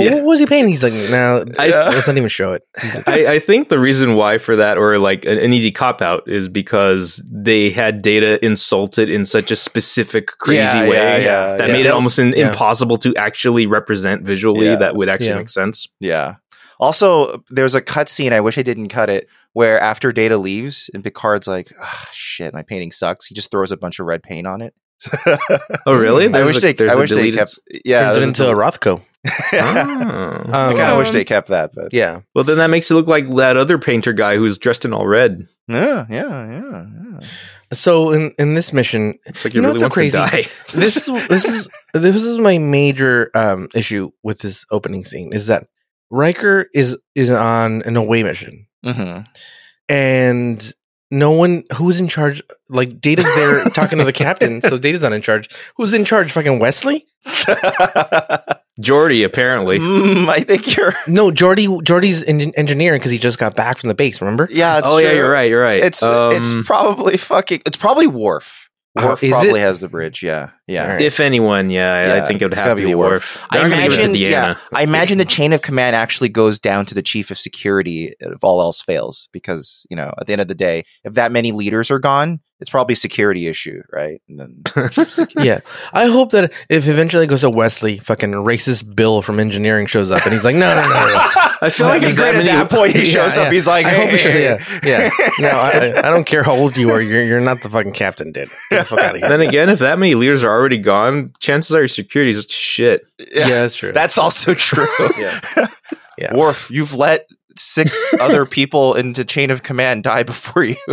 *laughs*
Yeah.
what was he painting. He's like, no,
I-
let's not even show it.
I, I think the reason why for that, or like an, an easy cop out, is because they had data insulted in such a specific, crazy
Yeah,
way
yeah, yeah,
that
yeah.
made it almost in,
Yeah.
impossible to actually represent visually.
Yeah.
That would actually
Yeah.
make sense.
Yeah. Also, there's a cut scene. I wish I didn't cut it. Where after Data leaves and Picard's like, "Ah, "Shit, my painting sucks." He just throws a bunch of red paint on
*laughs*
it.
Oh, really?
I
There's
wish
a-
they.
there's
I
a
wish they
deleted
kept. Yeah.
Turns it
there's
into a Rothko.
del-
Oh.
*laughs* I
Um,
kind of wish
Um,
they kept that, but yeah,
yeah,
Well, then that makes it look like that other painter guy who's dressed in all red.
yeah, yeah, yeah.
so in in this mission,
It's like you,
You know
really want
what's so
to die.
this is this is this is my major um issue with this opening scene is that Riker is is on an away mission
Mhm.
and no one who's in charge like Data's there talking to the captain, so Data's not in charge. Who's in charge? Fucking Wesley?
*laughs*
*laughs*
Jordy, apparently.
Mm, Mm-hmm. I think you're.
No, Jordy Jordy's in- engineering because he just got back from the
*laughs*
base. Remember?
Yeah. It's
oh, yeah,
true.
you're right. You're right.
It's
Um, oh,
it's probably fucking. It's probably Worf.
Uh,
Worf
is
probably
it?
has the bridge. Yeah. Yeah.
Alright.
if anyone, yeah, I
Yeah,
think it would
it's
have
gotta
to be
be
Worf.
I
They're not gonna give it to
imagine, yeah,
Deanna.
I imagine the chain of command actually goes down to the chief of security if all else fails, because you know, at the end of the day, if that many leaders are gone, it's probably a security issue, right? And then *laughs*
yeah. I hope that if eventually it goes to Wesley, fucking racist Bill from engineering shows up and he's like, no, no, no, no, no.
I feel like
That'd
it's
be
that
Right at
many-
that point, he
*laughs* Yeah,
shows
yeah.
up. He's like,
I
hey,
hope we should.
hey,
Yeah, *laughs* yeah. No, I, I don't care how old you are. You're you're not the fucking captain, dude. Get the fuck out of
*laughs*
here.
then again, if that many leaders are already gone, chances are your security is shit.
*laughs* yeah.
yeah, that's true.
That's also true.
Yeah.
*laughs* Yeah.
Worf, *laughs* you've let
*laughs*
six other people into chain of command die before you. *laughs*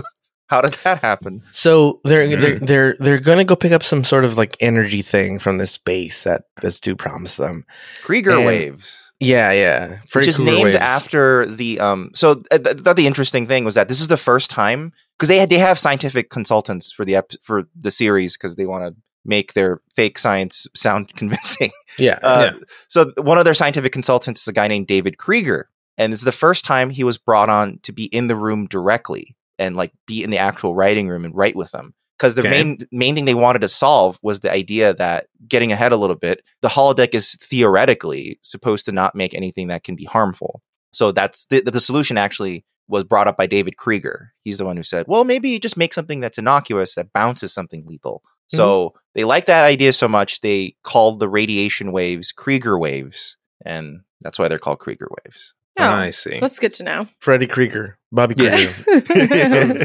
How did that happen?
so they're
Mhm.
they're they're they're gonna go pick up some sort of like energy thing from this base that this dude promised them.
Krieger
And-
waves.
Yeah, yeah.
which
Freddy
is
Krueger
named
waves.
after the um. So uh, th- th- the interesting thing was that this is the first time because they had they have scientific consultants for the ep- for the series because they want to make their fake science sound *laughs* convincing.
Yeah.
Uh, So one of their scientific consultants is a guy named David Krieger, and it's the first time he was brought on to be in the room directly and like be in the actual writing room and write with them. Because the
Okay.
main main thing they wanted to solve was the idea that getting ahead a little bit, the holodeck is theoretically supposed to not make anything that can be harmful. So that's the, the solution. Actually, was brought up by David Krieger. He's the one who said, "Well, maybe just make something that's innocuous that bounces something lethal." So they liked that idea so much they called the radiation waves Krieger waves, and that's why they're called Krieger waves.
Oh,
I see.
that's good to know. *laughs*
Freddy Krieger, Bobby
Yeah.
Krieger.
*laughs*
I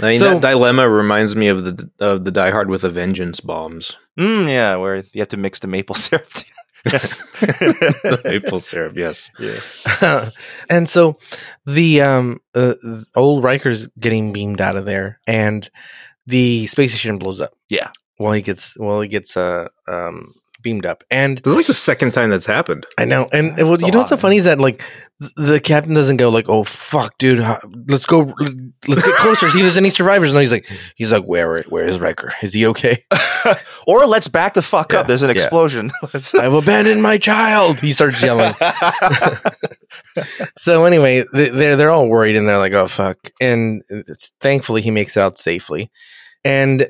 mean,
So-
that dilemma reminds me of the of the Die Hard with a
*laughs*
Vengeance bombs, *laughs*
Mm, yeah, where you have to mix the maple *laughs* syrup.
the
together.
maple syrup. Yes,
*laughs* and so the um uh, th- old Riker's getting beamed out of there, and the space station blows up.
Yeah.
While he gets while he gets uh um beamed up. And
This is like the second time that's happened.
I know, and
That's
well,
a
you know what's so
lot.
funny is that like th- the captain doesn't go like, "Oh fuck, dude, ho- let's go, let's get closer, see if there's any survivors." No, he's like, he's like, "Where, where is Riker? Is he okay?"
*laughs* or let's back the fuck
Yeah,
up. There's an
yeah.
explosion. *laughs* Let's-
I've abandoned my child. He starts yelling. so anyway, th- they're they're all worried and they're like, "Oh fuck!" And it's, thankfully, he makes it out safely. And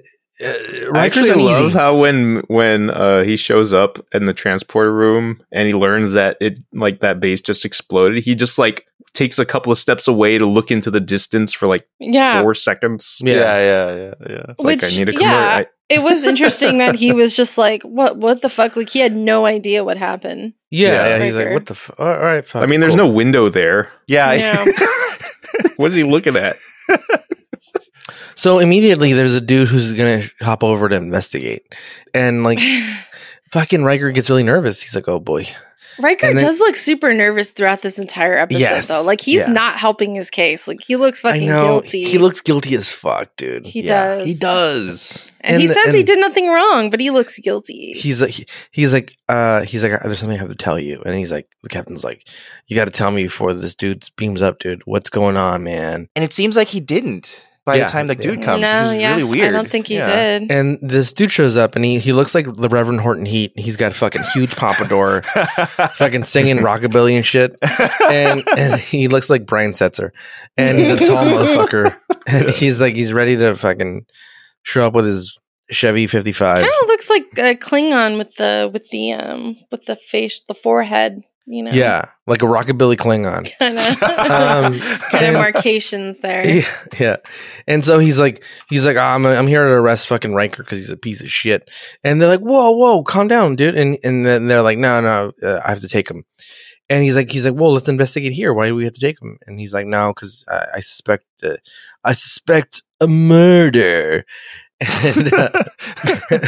uh,
I
Riker's
actually love
uneasy.
how when when uh, he shows up in the transporter room and he learns that it like that base just exploded, he just like takes a couple of steps away to look into the distance for like
Yeah.
four seconds.
*laughs*
Yeah.
yeah, yeah, yeah. yeah.
It's like
Which-
I need a
yeah.
commer- I-
It was interesting that he was just like, what what the fuck? Like he had no idea what happened. *sighs*
yeah,
Yeah.
yeah, he's like,
Riker.
"What the? F- all right, fuck."
I mean, there's
cool."
no window there.
Yeah, I-
Yeah.
*laughs*
What is he looking *laughs* at?
So immediately, there's a dude who's gonna sh- hop over to investigate,
*laughs*
and like. fucking Riker gets really nervous. He's like, "Oh boy,
Riker
And then-
does look super nervous throughout this entire episode
Yes.
though. Like he's
Yeah.
not helping his case. Like he looks fucking
I know
guilty.
he looks guilty as fuck, dude."
He does.
He does.
and, he says he
and
did nothing wrong, but he looks guilty.
He's like, he- he's like, uh, he's like, "There's something I have to tell you." And he's like, the captain's like, "You got to tell me before this dude beams up, dude. What's going on, man?"
and it seems like he didn't by
Yeah.
the time the dude
Yeah.
comes. which is really weird.
I don't think he
*laughs* Yeah.
did.
And this dude shows up, and he he looks like the Reverend Horton Heat. He's got a fucking huge pompadour, fucking singing rockabilly and shit. and and he looks like Brian Setzer, and he's a tall motherfucker, and he's like he's ready to fucking show up with his Chevy fifty five.
Kind of looks like a Klingon with the with the um with the face, the forehead, you know. *laughs*
Yeah, like a rockabilly Klingon.
Kind of
*laughs* Um,
kind of
and-
marcations
*laughs*
there.
Yeah, yeah. And so he's like, he's like, "Ah, I'm, I'm here to arrest fucking Riker because he's a piece of shit. And they're like, whoa, whoa, calm down, dude. And and then they're like, no, no, uh, I have to take him. And he's like, he's like, well, let's investigate here. Why do we have to take him? And he's like, no, because I, I suspect, uh, I suspect a murder. *laughs* And, uh, *laughs*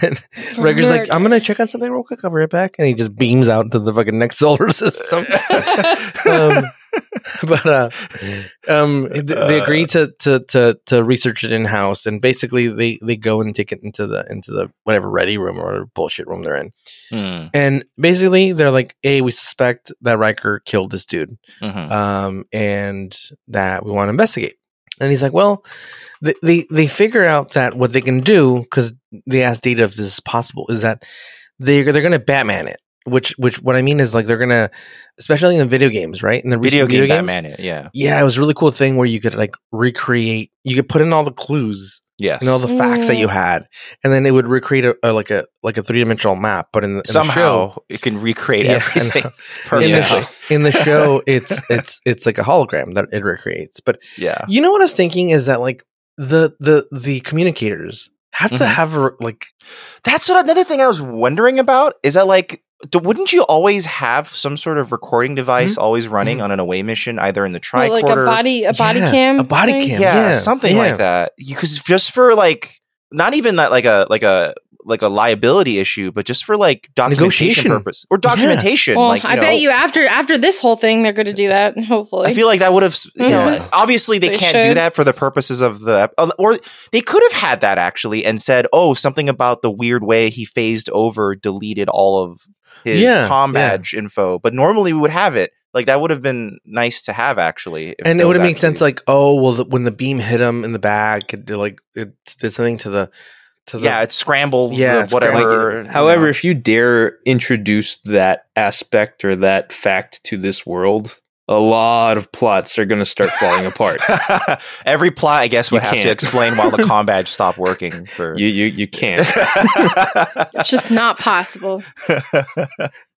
and Riker's like, I'm gonna check on something real quick. I'll be right back. And he just beams out into the fucking next solar *laughs* system
*laughs*
um, but uh, um, th- they agree to, to to to research it in house, and basically they they go and take it into the into the whatever ready room or whatever bullshit room they're in,
Hmm.
and basically they're like, "Hey, we suspect that Riker killed this dude,
Mhm.
um, and that we want to investigate." And he's like, "Well, they they, they figure out that what they can do because they asked Data if this is possible is that they they're going to Batman it." Which, which, what I mean is like they're gonna, especially in the video games, right? In the
Video
recent
game
video games,
Batman. It. Yeah.
yeah, it was a really cool thing where you could like recreate, you could put in all the clues
Yes.
and all the facts that you had, and then it would recreate a, a like a like a three dimensional map. But in, in the show,
Somehow it can recreate
Yeah, I
everything.
know.
*laughs*
in the,
Perfect.
sh- in the show,
*laughs*
it's it's it's like a hologram that it recreates. But
Yeah.
you know what I was thinking is that like the the the communicators have to
Mhm.
have a, like
That's what, another thing I was wondering about is that like, d- wouldn't you always have some sort of recording device
Mm-hmm.
always running on an away mission, either in the
Well,
tricorder?
like a body a body
Yeah,
cam.
a body
thing?
cam,
yeah,
yeah,
something
yeah.
like that. Because just for like, not even that like a like a like a liability issue, but just for like documentation
Negotiation.
purpose or documentation.
Well,
like, you
I
know,
bet you after after this whole thing they're gonna do that, hopefully.
I feel like that would have, you
Yeah.
know, obviously they,
They
can't do
should.
that for the purposes of the, or they could have had that actually and said, oh, something about the weird way he phased over deleted all of his
Yeah,
com
yeah.
badge info. But normally we would have it. Like that would have been nice to have actually. if
and
that
it would
was
have made
actually-
sense like oh well the, when the beam hit him in the back it did, like it did something to the to the
yeah, it scrambled
Yeah,
yeah,
it's
whatever. you know. *laughs*
However, if you dare introduce that aspect or that fact to this world, a lot of plots are going to start falling apart.
*laughs*
*laughs* Every plot, I guess,
You
would have to
can't.
explain why the com badge stopped working for. *laughs*
You you you can't.
it's just not
*laughs*
possible.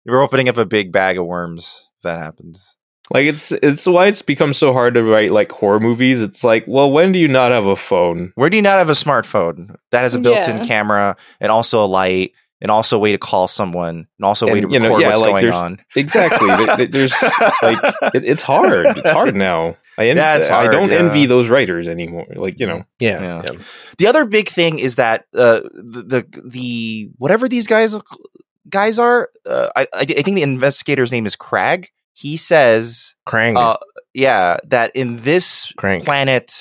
We're opening up a big bag of worms if that happens.
Like it's it's why it's become so hard to write like horror movies. It's like, well, when do you not have a phone?
Where do you not have a smartphone that has a built-in
Yeah.
camera and also a light and also a way to call someone and also a way
And,
to
you know,
record
yeah,
what's
like,
going
there's-
on?
Exactly. Th- th- There's *laughs*
*laughs*
like it, it's hard. It's hard now. I en-
Yeah, it's
I
hard,
don't
yeah.
envy those writers anymore. Like you know,
yeah,
Yeah.
yeah.
The other big thing is that uh, the, the the whatever these guys guys are, uh, I I I think the investigator's name is Crag. He says,
Krang.
uh, yeah, that in this
Crank.
planet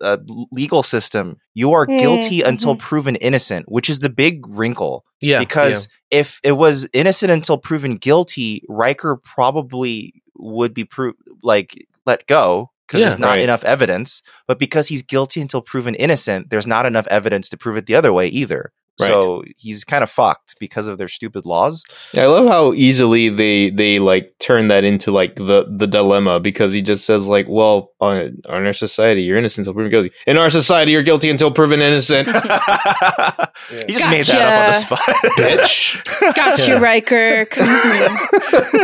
uh, legal system, you are
Mm,
guilty until proven innocent, which is the big wrinkle.
Yeah,
because if it was innocent until proven guilty, Riker probably would be pro- like let go because
Yeah,
there's not
right.
enough evidence. But because he's guilty until proven innocent, there's not enough evidence to prove it the other way either.
Right.
So he's kind of fucked because of their stupid *laughs* laws.
I love how easily they they like turn that into like the the dilemma because he just says like, well, on, on our society, you're innocent until proven guilty. In our society, you're guilty until proven
*laughs* he
innocent. *laughs*
just made that up on the spot,
Bitch.
Got you, Riker.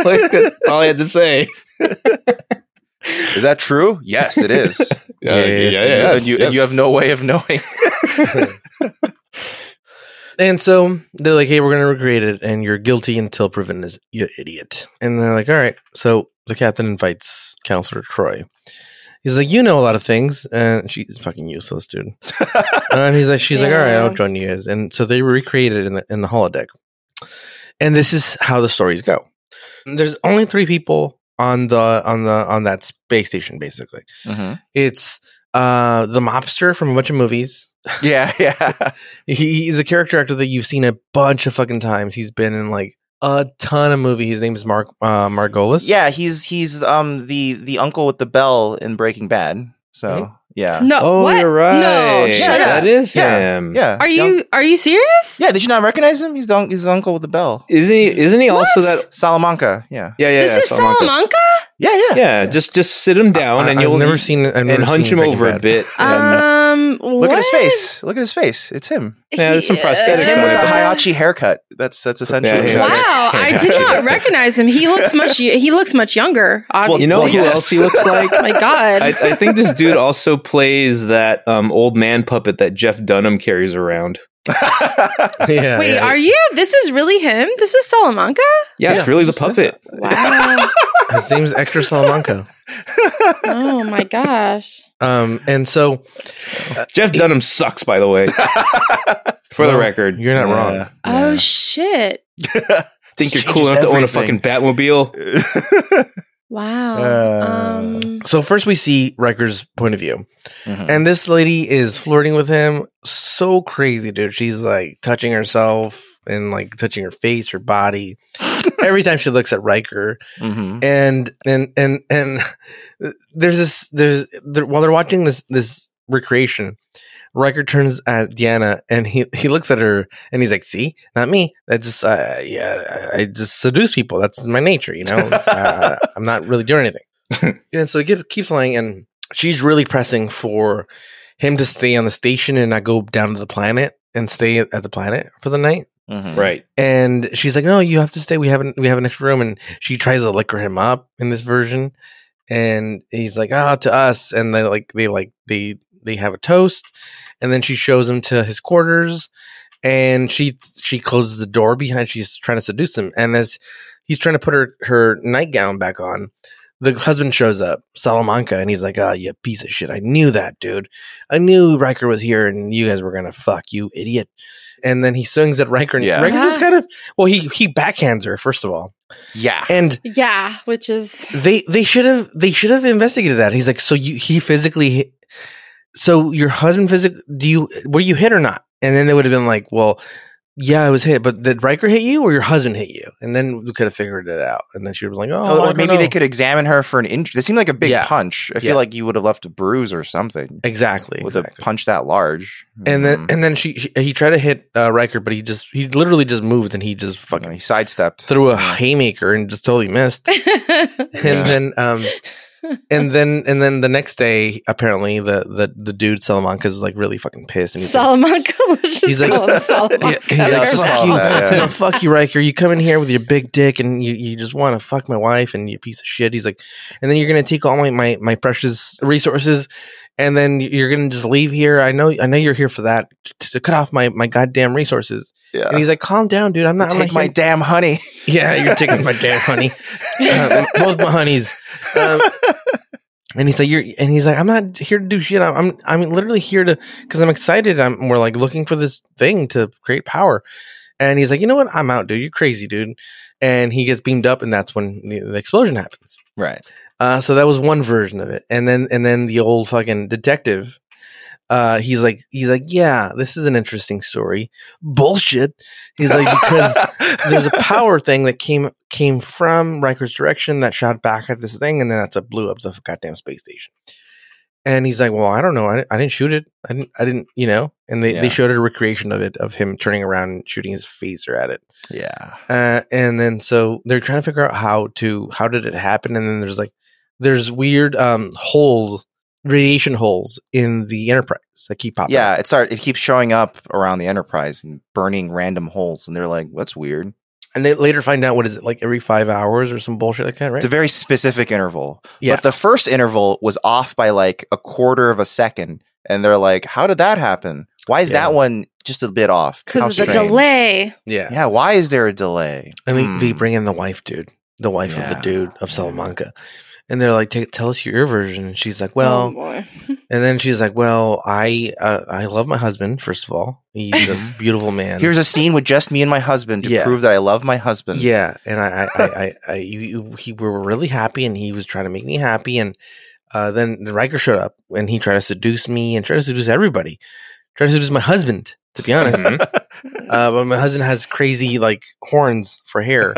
like, that's all I had to say.
Is that true? Yes, it *laughs* is.
Uh,
Yeah, it's true.
yes,
and you and you
yes.
have no way of knowing.
And so they're like, "Hey, we're gonna recreate it, and you're guilty until proven is you idiot." And they're like, "All right." So the captain invites Counselor Troy. He's like, "You know a lot of things," and she's fucking useless, dude. and he's like, "She's like, all right, I'll
Yeah.
join you guys." And so they recreate it in the in the holodeck. And this is how the stories go. There's only three people on the on the on that space station. Basically,
Mm-hmm.
it's uh the mobster from a bunch of movies.
*laughs* Yeah, yeah.
He, he's a character actor that you've seen a bunch of fucking times. He's been in like a ton of movies. His name is Mark uh, Margolis.
Yeah, he's he's um the the uncle with the bell in Breaking Bad. So
Mm-hmm.
yeah,
no,
Oh,
what?
you're right.
No,
Yeah,
shut
yeah.
That
up.
is
Yeah,
him.
yeah.
Are
he's young-
you are you serious?
Yeah, did you not recognize him? He's the un- he's the uncle with the bell.
Isn't he? Isn't he also
What?
that?
Salamanca. Yeah,
Yeah, yeah.
this
yeah,
is
something like that.
Salamanca.
yeah, yeah.
Yeah, just just sit him down,
I,
and you'll
have never seen. I've never
and hunch
seen
him over
Breaking *laughs*
a bit. and-
Um,
Look at his face. Look at his face. It's him.
Yeah, there's some prosthetics
It's him
on
with
it.
the
Yeah.
Hayachi haircut. That's that's essentially.
Yeah,
it.
Wow, I did not recognize him. He looks much. He looks much younger.
Well,
Obviously, oh
you know who
Yes.
else he looks like?
my God,
I, I think this dude also plays that um, old man puppet that Jeff Dunham carries around.
*laughs*
Bad. yeah.
Wait,
yeah.
are you? This is really him? This is Salamanca?
Yeah,
Yeah,
it's really the
just like *laughs*
puppet.
Wow.
His name's Hector Salamanca.
oh my gosh.
Um, and so
Jeff Dunham sucks, by the
*laughs*
way. For the
Well,
record,
you're not
*laughs*
wrong.
Yeah. *laughs*
Oh shit.
think
This
you're cool enough
changes
to own a
everything.
fucking Batmobile?
Wow.
Uh,
um,
So first we see Riker's point of view,
Mhm.
and this lady is flirting with him. So crazy, dude. She's like touching herself and like touching her face, her *laughs* body. Every time she looks at Riker,
Mhm.
and and and and *laughs* there's this there's there, while they're watching this this recreation Riker turns at Deanna and he he looks at her and he's like see not me that just uh, yeah I I just seduce people that's my nature you know It's, uh, I'm not really doing anything and so he keeps keeps playing and she's really pressing for him to stay on the station and not go down to the planet and stay at the planet for the night
Mhm.
Right.
and she's like, "No, you have to stay. We have an, we have an extra room." And she tries to liquor him up in this version, and he's like, "Ah, to us." And they like they like they they have a toast, and then she shows him to his quarters, and she she closes the door behind. She's trying to seduce him, and as he's trying to put her her nightgown back on. The husband shows up, Salamanca, and he's like, "Ah, you piece of shit! I knew that, dude. I knew Riker was here, and you guys were gonna fuck, you idiot." And then he swings at Riker, and
Yeah.
Riker just
Yeah.
kind of, well, he he backhands her first of all,
Yeah.
and
yeah, which is
they they should have they should have investigated that. He's like, so you he physically, hit- so your husband physically, do you were you hit or not? And then they would have been like, well, yeah, I was hit, but did Riker hit you or your husband hit you? And then we could have figured it out. And then she was like, oh,
Oh,
I
or
don't
maybe
know.
they could examine her for an injury. It seemed like a big
Yeah.
punch. I feel
Yeah.
like you would have left a bruise or something
exactly
with
exactly.
a punch that large.
And then
Mhm.
and then she, she he tried to hit uh, Riker, but he just he literally just moved and he just
And
fucking
he sidestepped.
threw a haymaker and just totally missed.
*laughs*
Yeah.
and then um and then and then the next day apparently the the, the dude salamanca is like really fucking pissed and he's like,
Salamanca. Let's just
He's like-
call him
*laughs* yeah,
Salamanca.
he's
Yeah,
like,
that's
fuck
all
you,
that, yeah.
he's like, fuck you, Riker. You come in here with your big dick and you, you just want to fuck my wife and you piece of shit. He's like, and then you're gonna take all my, my my precious resources, and then you're gonna just leave here. I know I know you're here for that to, to cut off my my goddamn resources.
Yeah.
And he's like, calm down, dude. I'm not. I'm
Take
not
my
here-
damn honey.
yeah, you're taking my damn honey. Uh, both my honeys. Um, and he's like, you're, and he's like, I'm not here to do shit. I'm, I'm, I'm literally here to, cause I'm excited. I'm, we're like looking for this thing to create power. And he's like, you know what? I'm out, dude. You're crazy, dude. And he gets beamed up and that's when the, the explosion happens.
*laughs* Right.
Uh, so that was one version of it. And then, and then the old fucking detective uh, he's like, he's like, yeah, this is an interesting story. Bullshit. He's like, because there's a *laughs* power thing that came came from Riker's direction that shot back at this thing, and then that's what blew up the goddamn space station. And he's like, "Well, I don't know. I, I didn't shoot it. I didn't. I didn't. You know." And they,
Yeah.
they showed a recreation of it of him turning around and shooting his phaser at it.
Yeah.
Uh, and then so they're trying to figure out how to how did it happen. And then there's like there's weird um holes, radiation holes in the Enterprise that keep popping.
yeah,
up.
it start it keeps showing up around the Enterprise and burning random holes, and they're like, "That's weird."
And they later find out what is it like every five hours or some bullshit like that, right?
It's a very specific interval.
Yeah.
But the first interval was off by like a quarter of a second, and they're like, "How did that happen? Why is
Yeah.
that one just a bit off? How
because of the
strange."
delay.
yeah.
Yeah, why is there a delay?
And
Hmm.
they, they bring in the wife, dude, the wife of the
Yeah.
dude of Salamanca. And they're like, "Take- tell us your version. And she's like,
Oh,
well,
boy.
and then she's like, well, I uh, I love my husband, first of all. He's
*laughs*
a beautiful man.
Here's a scene with just me and my husband to
Yeah.
prove that I love my husband.
yeah. And I, I, I, I, I you, you, he, we were really happy and he was trying to make me happy. And uh, then Riker showed up and he tried to seduce me and tried to seduce everybody, tried to seduce my husband, to be honest.
Mm-hmm.
uh, but my husband has crazy, like, horns for *laughs* hair.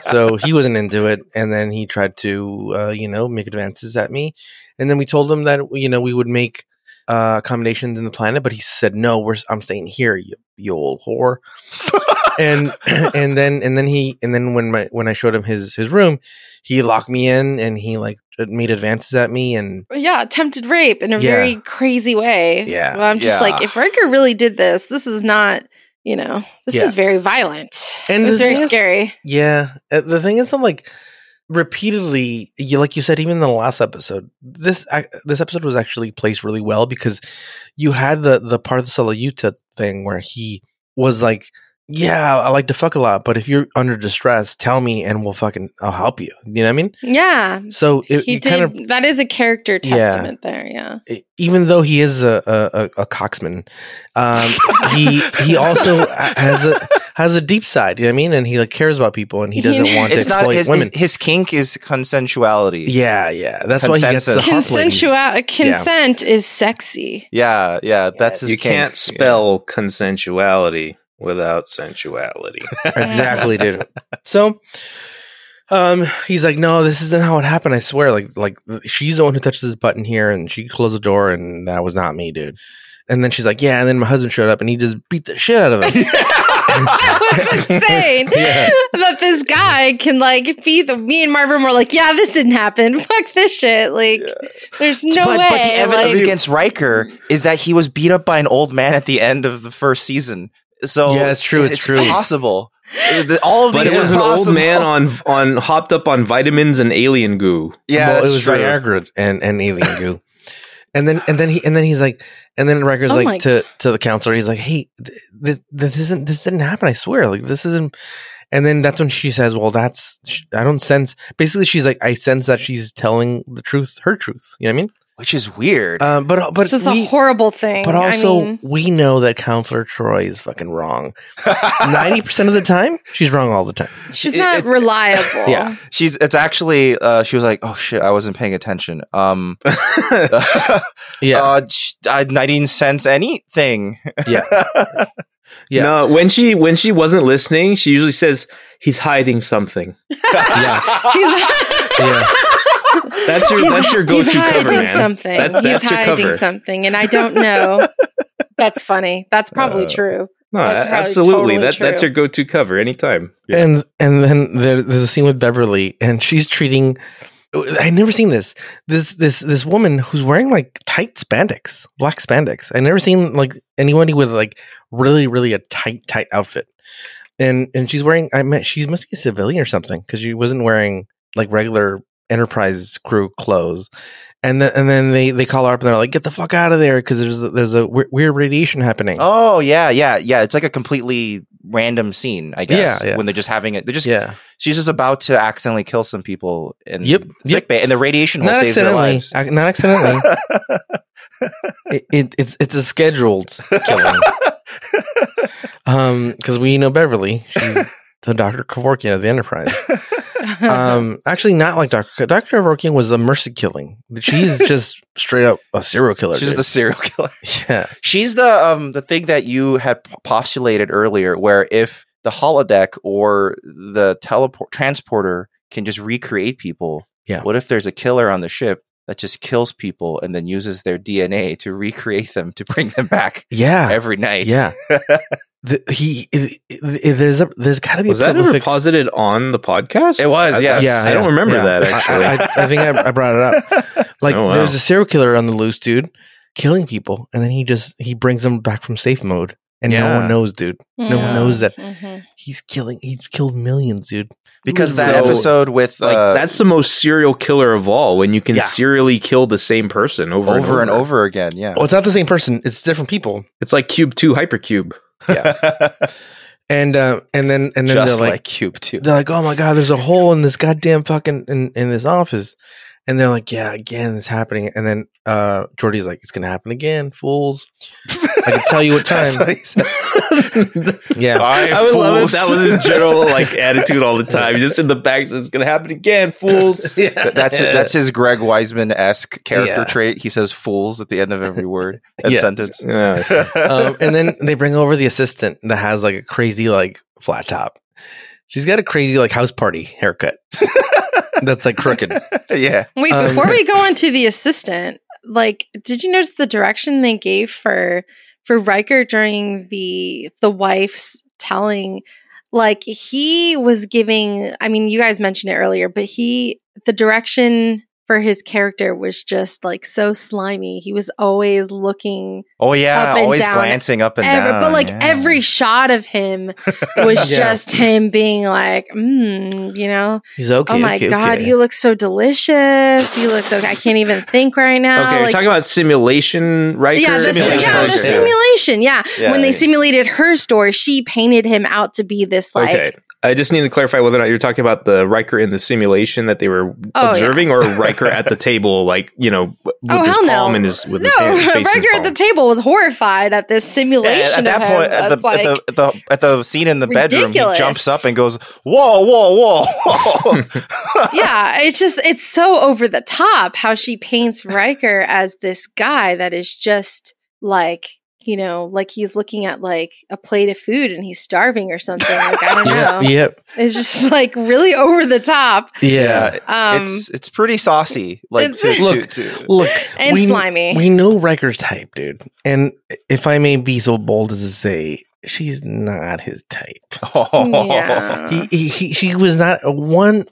so he wasn't into it and then he tried to uh, you know make advances at me and then we told him that you know we would make uh, accommodations in the planet but he said no we're i'm staying here you, you old whore and and then and then he and then when my when i showed him his his room he locked me in and he like made advances at me and
Yeah, attempted rape in a
Yeah.
very crazy way.
Yeah.
Well, I'm just
Yeah.
like, if Riker really did this, this is not, you know, this
Yeah.
is very violent.
And
And
the
it's very
thing is-
scary.
yeah Uh, the thing is that like repeatedly you like you said even in the last episode this ac- this episode was actually placed really well because you had the the part of the solo Utah thing where he was like yeah i like to fuck a lot but if you're under distress tell me and we'll fucking i'll help you you know what i mean
Yeah.
so it,
he
you
did.
kind of
that is a character
Yeah.
testament there. Yeah.
e- even though he is a a, a, a coxman, um, he
*laughs*
he also has a has a deep side. You know what I mean? And he like cares about people, and he doesn't want to
it's not
exploit
his,
women.
his his kink is consensuality.
yeah, yeah. That's why he gets the
Consensus.
harp ladies.
Consensual consent is
*laughs*
sexy. *laughs*
Yeah, yeah, that's his
you
kink.
can't spell consensuality without sensuality.
exactly, dude. So, um, he's like, "No, this isn't how it happened. I swear. Like, like she's the one who touched this button here, and she closed the door, and that was not me, dude." And then she's like, "Yeah." And then my husband showed up, and he just beat the shit out of him.
that was insane.
Yeah.
That this guy can like be the me and Marvin were like, yeah, this didn't happen. *laughs* Fuck this shit. Like, there's no
but,
way.
but the evidence
like-
against Riker is that he was beat up by an old man at the end of the first season. So
Yeah, it's true, it's true. *laughs*
possible. Uh, the- All of
but
these
it
are
was an old
possible.
man on on hopped up on vitamins and alien goo.
Yeah,
well, it
that's
was
true.
Viagra and, and alien goo. And then and then he and then he's like and then Riker's
Oh my
like to, to the counselor he's like hey th- this this isn't this didn't happen I swear like this isn't and then that's when she says well that's sh- I don't sense basically she's like I sense that she's telling the truth her truth you know what I mean
which is weird.
uh, but but
This is
we-
a horrible thing.
but also
I mean,
we know that counselor Troy is fucking
*laughs*
wrong ninety percent of the time she's wrong all the time
she's
it-
not
it's-
reliable. *laughs*
Yeah.
She's it's actually uh, she was like, oh shit, I wasn't paying attention.
*laughs*
Um, *laughs*
yeah
uh, sh- I, I didn't sense anything.
Yeah. Yeah.
No, when she when she wasn't listening, she usually says he's hiding something.
He's,
yeah
That's your that's your go
*gasps*
to
he's hiding
cover, man.
something.
That-
he's
that's your
hiding
cover.
something, and I don't
*laughs*
know. That's funny. That's probably
Uh,
true.
No,
That's
a-
probably
absolutely.
totally
that that's
true.
your go to cover anytime.
Yeah.
And and then there, there's a scene with Beverly, and she's treating. I never seen this. This this this woman who's wearing like tight spandex, black spandex. I never seen like anybody with like really really a tight tight outfit. And and she's wearing. I mean, she must be a civilian or something because she wasn't wearing like regular enterprise crew clothes. And then and then they they call her up and they're like, "Get the fuck out of there!" Because there's a, there's a we- weird radiation happening.
Oh yeah, yeah, yeah. It's like a completely random scene, I guess.
Yeah, yeah.
When they're just having it, they're just
yeah,
she's just about to accidentally kill some people in
Yep,
sick
yep.
bay, and the radiation hole
not
saves their
accidentally,
lives.
ac- not
*laughs*
accidentally. it, it it's it's a scheduled
*laughs*
killing. um, because we know Beverly, she's the Doctor Kevorkian of the Enterprise, um, actually, not like Dr. K- Dr. Deborah King was a mercy killing.
*laughs*
She's just straight up a serial killer.
She's
dude.
the serial *laughs* killer.
*laughs* yeah.
She's the um the thing that you had p- postulated earlier, where if the holodeck or the teleport transporter can just recreate people,
Yeah.
What if there's a killer on the ship that just kills people and then uses their DNA to recreate them to bring them back
Yeah.
every night?
*laughs*
yeah. The, he i- i- i- there's a, there's got to be
Was
a
that ever
prolific-
posited on the podcast?
It was,
I-
yes.
I, I don't remember
yeah.
that
I-
actually.
I, I- I think I, I brought it up. Like
Oh, wow.
there's a serial killer on the loose, dude, killing people, and then he just he brings them back from safe mode, and no
Yeah.
one knows, dude. No one
Mhm.
knows that
Mhm.
he's killing. He's killed millions, dude.
because that
So,
episode with
like
uh,
that's the most serial killer of all when you can
Yeah.
serially kill the same person over, Oh,
over,
and over
and over again, yeah.
Well, it's not the same person. It's different people.
It's like Cube Two Hypercube.
*laughs*
And uh, and then and then
just
they're
like,
like
Cube too.
they're like, oh my god, there's a hole in this goddamn fucking in, in this office, and they're like, yeah, again, it's happening. And then uh, Jordy's like, it's gonna happen again, fools. I can tell you what
*laughs* *laughs* That's
time.
what he said.
yeah,
*laughs* I,
I would love if
fools.
that was his *laughs* general like attitude all the time. He's just in the back, so it's gonna happen again, fools.
*laughs* yeah,
Th- *laughs* that's that's his Greg Wiseman esque character
Yeah.
trait. He says "fools" at the end of *laughs* every word and *laughs*
Yeah.
sentence.
*laughs* Yeah.
Uh,
um, and then they bring over the assistant that has like a crazy like flat top. She's got a crazy like house party
*laughs*
haircut. That's like crooked.
*laughs* yeah,
Wait,
Um,
before
*laughs*
we go on to the assistant, like, did you notice the direction they gave for for Riker during the the wife's telling? Like he was giving. I mean, you guys mentioned it earlier, but he the direction for his character was just like so slimy. He was always looking,
oh yeah,
Up and
always
down.
glancing up and
ever,
down.
but like
yeah.
every shot of
*laughs*
him was
Yeah.
just him being like, mm, you know,
He's okay.
oh my
okay,
god,
okay.
you look so delicious. You look so. I can't even think right now.
Okay, you're
Like-
talking about simulation, right?
yeah, the,
simulation
yeah, the
Riker.
simulation. Yeah.
Yeah,
when they
yeah.
simulated her story, she painted him out to be this like.
okay. I just need to clarify whether or not you're talking about the Riker in the simulation that they were
Oh,
observing, or Riker at the table, like you know, w- with
Oh,
his
hell no.
palm and his with
No, *laughs*
his hand, face in his
Riker at
palm.
the table was horrified at this
Yeah,
simulation.
at that
of
point,
him.
at the,
That's like,
at, the, at the at the scene in the bedroom,
ridiculous.
he jumps up and goes, "Whoa, whoa, whoa,
*laughs*
whoa!" *laughs*
yeah, it's just it's so over the top how she paints Riker as this guy that is just like you know like he's looking at like a plate of food and he's starving or something. Like I don't
*laughs* Yeah,
know.
yep,
It's just *laughs* like really over the top.
yeah.
Um,
it's it's pretty saucy. Like
It's- *laughs*
to,
Look.
to, to-
Look,
and
we,
slimy.
we know Riker's type, dude. And if I may be so bold as to say, she's not his type.
*laughs*
oh,
Yeah.
*laughs* He, he, he, she was not a one,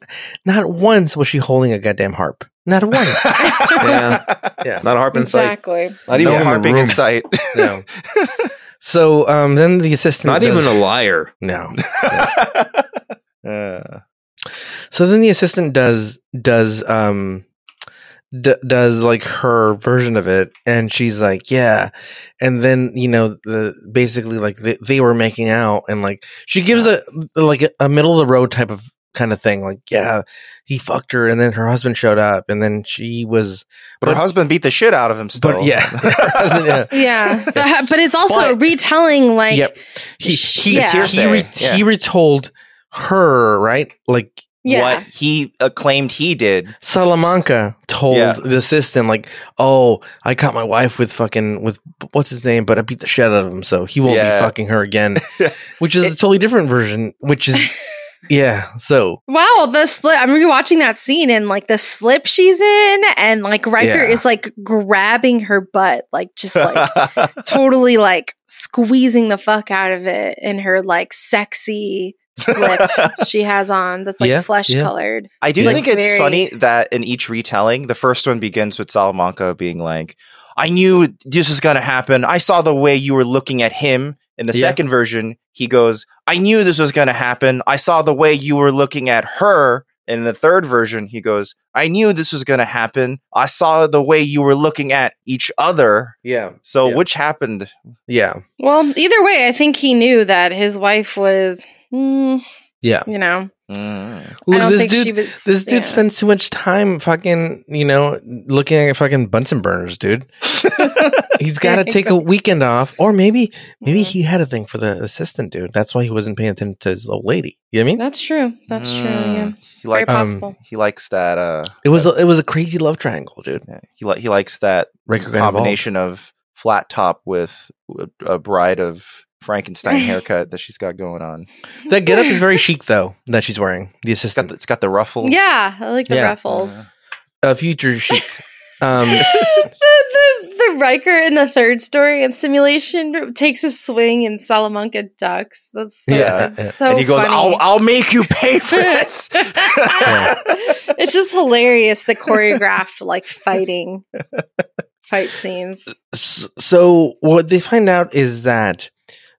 not once was she holding a goddamn harp.
*laughs*
Not once.
yeah,
yeah.
Not a harp in sight.
exactly.
Not even
no
in the
harping
room.
in sight.
No. So um, then the assistant.
Not
does-
even
*laughs*
a liar.
No.
Uh,
So then the assistant does does um d- does like her version of it, and she's like, yeah, and then you know the basically like they, they were making out, and like she gives a like a, a middle of the road type of kind of thing, like yeah, he fucked her, and then her husband showed up, and then she was,
*laughs* but her
But-
husband beat the shit out of him. Still,
but
*laughs*
yeah, *laughs* her husband, yeah. *laughs*
Yeah, but, but it's also retelling like
yep.
*laughs*
He he
It's
he,
hearsay.
re-
Yeah.
he retold her right like
yeah.
what he acclaimed he did.
Salamanca told
Yeah.
the assistant, like, "Oh, I caught my wife with fucking with what's his name, but I beat the shit out of him, so he won't
Yeah.
be fucking her
*laughs*
again." which is a totally different version. Which is, yeah. So
Wow, the slip. I'm rewatching that scene and like the slip she's in, and like Riker
Yeah.
is like grabbing her butt, like just
*laughs*
like
*laughs*
totally like squeezing the fuck out of it in her like sexy
*laughs*
slip she has on that's like
Yeah,
flesh
yeah.
colored.
I do
Like,
think it's
very-
funny that in each retelling, the first one begins with Salamanca being like, I knew this was going to happen. I saw the way you were looking at him. In the
Yeah.
second version, he goes, I knew this was going to happen. I saw the way you were looking at her. And in the third version, he goes, I knew this was going to happen. I saw the way you were looking at each other.
yeah,
So,
Yeah.
which happened?
yeah,
Well, either way, I think he knew that his wife was. Mm,
Yeah.
You know,
Mm.
I don't
this
think
dude,
she was.
this dude
yeah.
spends too much time fucking, you know, looking at fucking Bunsen burners,
*laughs*
dude. He's
*laughs*
got to take a weekend off, or maybe, maybe
Mhm.
he had a thing for the assistant, dude. That's why he wasn't paying attention to his old lady. You know what I mean?
Mm, That's true. That's true. Yeah.
Mm. He likes
Um,
Very possible.
he likes that uh
It was, a, it was a crazy love triangle, dude.
yeah, he li- he likes that
Riker got involved.
combination of flat top with a bride of
*laughs*
Frankenstein haircut that she's got going on.
That getup is very chic, though. That she's wearing the
It's got
assistant,
the, it's got the ruffles.
Yeah, I like the
Yeah.
ruffles.
uh,
*laughs*
future chic. Um,
*laughs* the, the, the Riker in the third story and simulation takes a swing and Salamanca ducks. That's so,
Yeah.
it's so
and he goes,
funny.
"I'll I'll make you
*laughs*
pay for this."
Yeah.
It's just hilarious the choreographed like fighting fight scenes.
S- so what they find out is that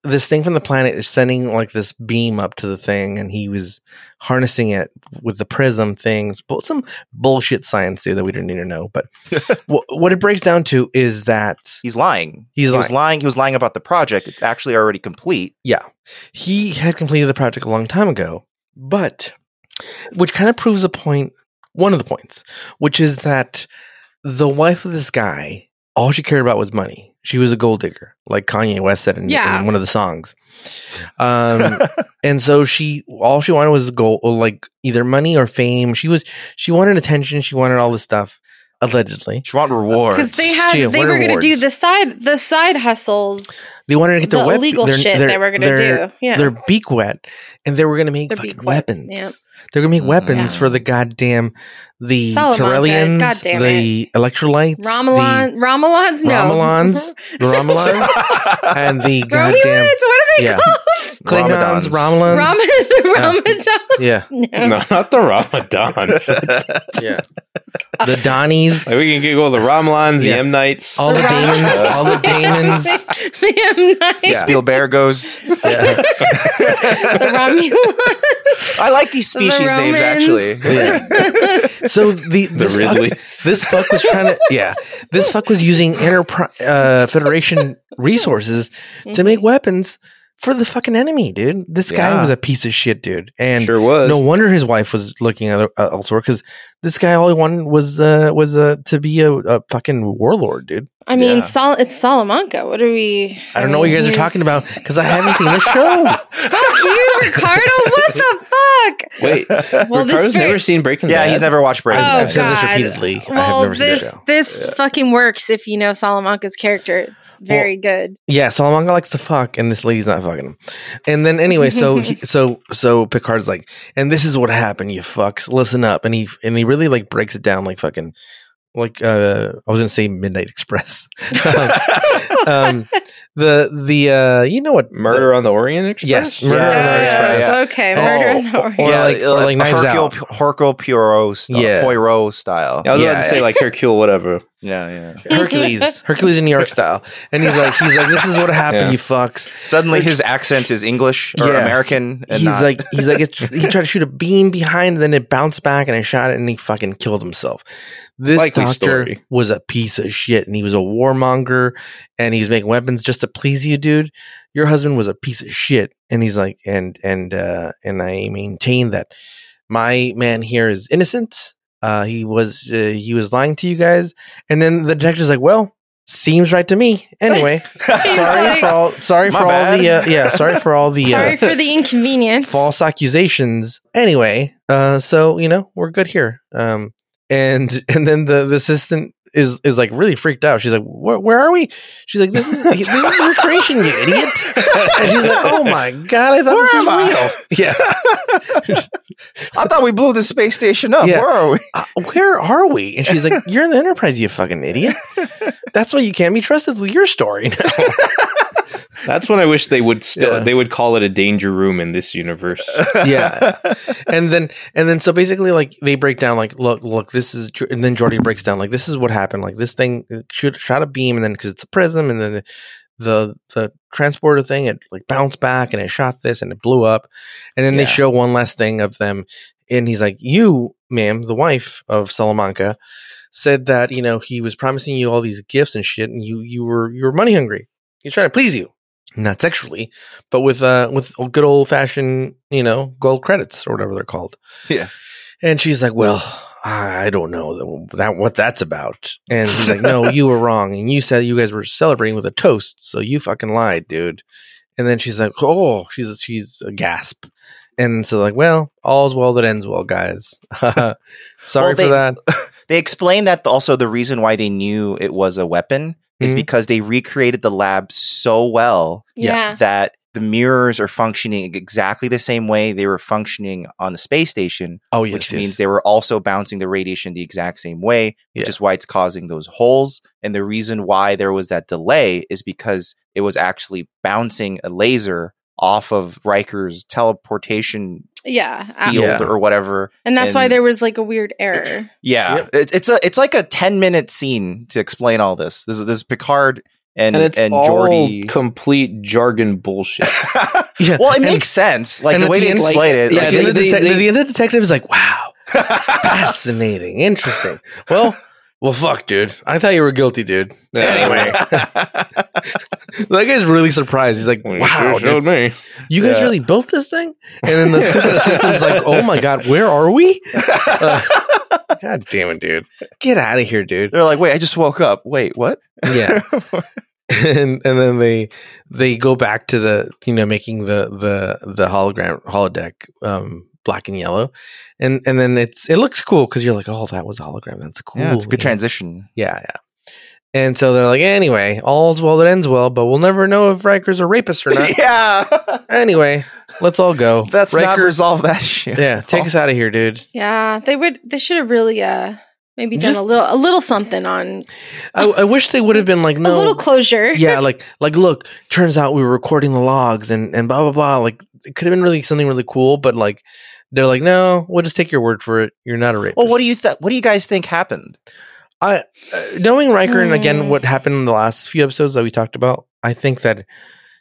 this thing from the planet is sending like this beam up to the thing and he was harnessing it with the prism things but some bullshit science there that we didn't need to know
*laughs*
but wh- what it breaks down to is that
He's lying.
He's
he was lying. He was lying about the project. It's actually already complete.
he had completed the project a long time ago but which kind of proves a point one of the points which is that the wife of this guy all she cared about was money she was a gold digger like kanye west said in,
Yeah.
in one of
*laughs*
the songs um, and so she all she wanted was gold like either money or fame she was she wanted attention she wanted all this stuff allegedly
*laughs* She want rewards
Because they had
Yeah,
they
what
*laughs*
were gonna do
awards?
the side the side hustles,
they wanted to get
the
their wep-
illegal
their-
shit
their-
they were gonna
their-
do. Yeah.
their beak wet and they were gonna make
Their
fucking
beak wets,
weapons
yeah.
they're gonna make
Mm.
weapons
Yeah.
for the goddamn the
Salamanca,
Tyrellians,
goddamn
the electrolytes the-
Ramelan Ramelans, no. *laughs*
Ramelans, the Ramelans, and the
Romulans, what
goddamn
are they
yeah.
called?
Klingons,
Ramadans.
Ramelans.
Ram- *laughs* the
*laughs* yeah,
Ramadans? No.
No, not the Ramadans. It's-
*laughs* yeah.
*laughs*
The Donnies,
like we can giggle the Ramalans,
Yeah.
the M Knights.
all the
Ram-
demons,
*laughs*
all the demons.
the M Night,
Spielbergos.
Yeah.
the Romulans,
I like these species
The
names actually.
Romans.
So the this
Ridleys.
fuck, this fuck was
*laughs*
trying to yeah this fuck was using enterprise uh, Federation resources
Mm-hmm.
to make weapons for the fucking enemy, dude. This guy
Yeah.
was a piece of shit, dude, and
sure was.
no wonder his wife was looking other, uh, elsewhere because this guy all he wanted was uh, was uh, to be a, a fucking warlord, dude.
I mean,
Yeah.
Sol- it's Salamanca. What are we?
I don't know what you guys are
mean,
talking
he's-
about because I haven't seen the
*laughs* Oh,
*laughs*
show.
Fuck you, Ricardo. What
*laughs*
the fuck?
Wait,
*laughs* Well,
Ricardo's
this.
never
very-
seen Breaking
yeah,
Bad.
he's never watched Breaking
Oh,
I've
Bad.
said this
God.
repeatedly. I have
well,
never seen the
this
show.
this fucking works if you know Salamanca's character. It's very good.
Yeah, Salamanca likes to fuck, and this lady's not fucking him. And then anyway, so
*laughs*
he, so so Picard's like, and this is what happened, you fucks. Listen up, and he and he really like breaks it down like fucking like uh I was gonna say Midnight Express. *laughs* um, um, the the uh you know what
Murder on the Orient Express.
Yes, Murder
Yeah,
on the Orient
yeah,
Express.
yeah.
Okay,
Oh,
Murder in the
or-
Orient.
or like- or like Knives
uh, Hercule,
Out.
Hercule Poirot style.
Yeah.
Poirot style.
I was
Yeah,
about to
yeah.
say like Hercule, whatever.
Yeah, yeah.
Hercules, Hercules in New York style, and he's like, he's like, this is what happened,
Yeah.
you fucks.
Suddenly his accent is English or
Yeah.
American, and *laughs*
he's
not-
like, he's like, it's, he tried to shoot a beam behind, then it bounced back, and I shot it, and he fucking killed himself. This
Likely
doctor
story.
was a piece of shit, and he was a warmonger, and he was making weapons just to please you, dude. Your husband was a piece of shit, and he's like, and and uh, and I maintain that my man here is innocent. Uh, he was uh, he was lying to you guys, and then the detective's like, well. Seems right to me. Anyway,
*laughs* He's
sorry
like,
for all. Sorry
My
for all the. Uh,
bad.
yeah, sorry for all the. Uh,
sorry for the inconvenience.
false accusations. Anyway, uh, so you know we're good here. Um, and *laughs* and then the, the assistant is is like really freaked out. She's like, "Where where are we?" She's like, "This is *laughs* this is your creation, you idiot." And she's like, "Oh my god, I thought
Where
this was
am I?
real." Yeah,
I thought we blew the space station up.
Yeah.
Where are we?
Uh, where are we? And she's like, "You're in the Enterprise, you fucking idiot. That's why you can't be trusted with your story."
That's when I wish they would still
Yeah.
they would call it a danger room in this universe.
*laughs* yeah and then and then so basically like they break down like look look this is and then jordy breaks down like this is what happened like this thing uh, shoot, shot a beam and then because it's a prism and then the the transporter thing it like bounced back and it shot this and it blew up and then they
Yeah.
show one last thing of them and he's like you ma'am the wife of salamanca said that you know he was promising you all these gifts and shit and you you were you were money hungry he's trying to please you not sexually, but with uh with good old fashioned, you know, gold credits or whatever they're called.
Yeah.
And she's like, "Well, I don't know that, that what that's about." And he's like, "No, you were wrong, and you said you guys were celebrating with a toast, so you fucking lied, dude." And then she's like, "Oh, she's she's a gasp." And so like, well, all's well that ends well, guys. *laughs* Sorry
they-
for that.
*laughs* They explained that also the reason why they knew it was a weapon is
Mhm.
because they recreated the lab so well
Yeah.
that the mirrors are functioning exactly the same way they were functioning on the space station,
Oh, yes,
which
yes.
means they were also bouncing the radiation the exact same way, which
Yeah.
is why it's causing those holes. And the reason why there was that delay is because it was actually bouncing a laser off of Riker's teleportation
Yeah. Uh,
field
Yeah.
or whatever.
And that's why
and-
there was like a weird error.
Yeah,
Yep.
it's it's a it's like a ten minute scene to explain all this. This is this is Picard and
*laughs*
and,
And, it's all
Geordi.
complete jargon *laughs* bullshit.
yeah.
*laughs* well, it
And-
makes sense, like
and
the
at
way
the
they
end, like-
explain it.
yeah,
like,
Like, and
they-
the,
they-
detec-
they-
the other detective is like, "Wow, fascinating, interesting." *laughs* Well, well, fuck, dude. I thought you were guilty, dude. *laughs* Anyway, that guy's really surprised. He's like, "Wow, dude,
me.
you guys
Yeah.
really built this thing?" And then *laughs* the secret assistant's like, "Oh my god, where are *laughs* we?" Uh, god damn it, dude! Get out of here, dude.
They're like, wait, I just woke up. Wait, what? *laughs*
Yeah. and and then they they go back to the you know making the the the hologram holodeck um black and yellow and and then it's it looks cool because you're like oh that was a hologram that's cool
yeah, it's a good
you know?
transition.
yeah yeah and so they're like anyway all's well that ends well but we'll never know if Riker's a rapist or
*laughs*
not
yeah,
anyway let's all go
that's not
Riker-
resolve that *laughs* issue.
yeah take us out of here dude
Yeah. They would they should have really uh maybe done
Just-
a little a little something on
I, I wish they would have been like
a
no
little closure.
*laughs*
yeah, like like look, turns out we were recording the logs and and blah blah blah. Like it could have been really something really cool, but like they're like, no, we'll just take your word for it. You're not a rapist.
Well, what do you th- what do you guys think happened?
I uh, knowing Riker and
Hmm.
Mm.
again what happened in the last few episodes that we talked about. I think that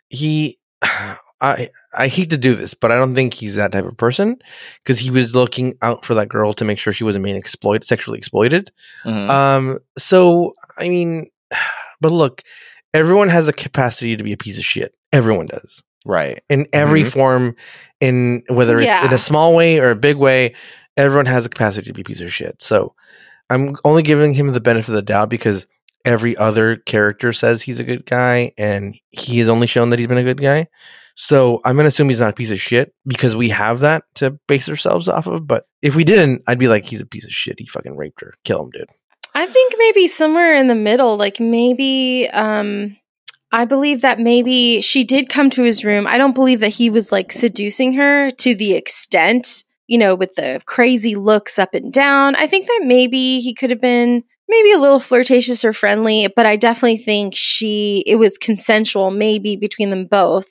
he. *sighs* I I hate to do this, but I don't think he's that type of person because he was looking out for that girl to make sure she wasn't being exploited, sexually exploited.
Mhm.
Um, so I mean, *sighs* but look, everyone has the capacity to be a piece of shit. Everyone does
right.
in every form, in whether it's in
Yeah.
a small way or a big way. Everyone has the capacity to be a piece of shit. So I'm only giving him the benefit of the doubt because every other character says he's a good guy, and he has only shown that he's been a good guy. So I'm gonna assume he's not a piece of shit because we have that to base ourselves off of. But if we didn't, I'd be like, he's a piece of shit. He fucking raped her. Kill him, dude.
I think maybe somewhere in the middle, like maybe um I believe that maybe she did come to his room. I don't believe that he was like seducing her to the extent, you know, with the crazy looks up and down. I think that maybe he could have been maybe a little flirtatious or friendly, but I definitely think she it was consensual maybe between them both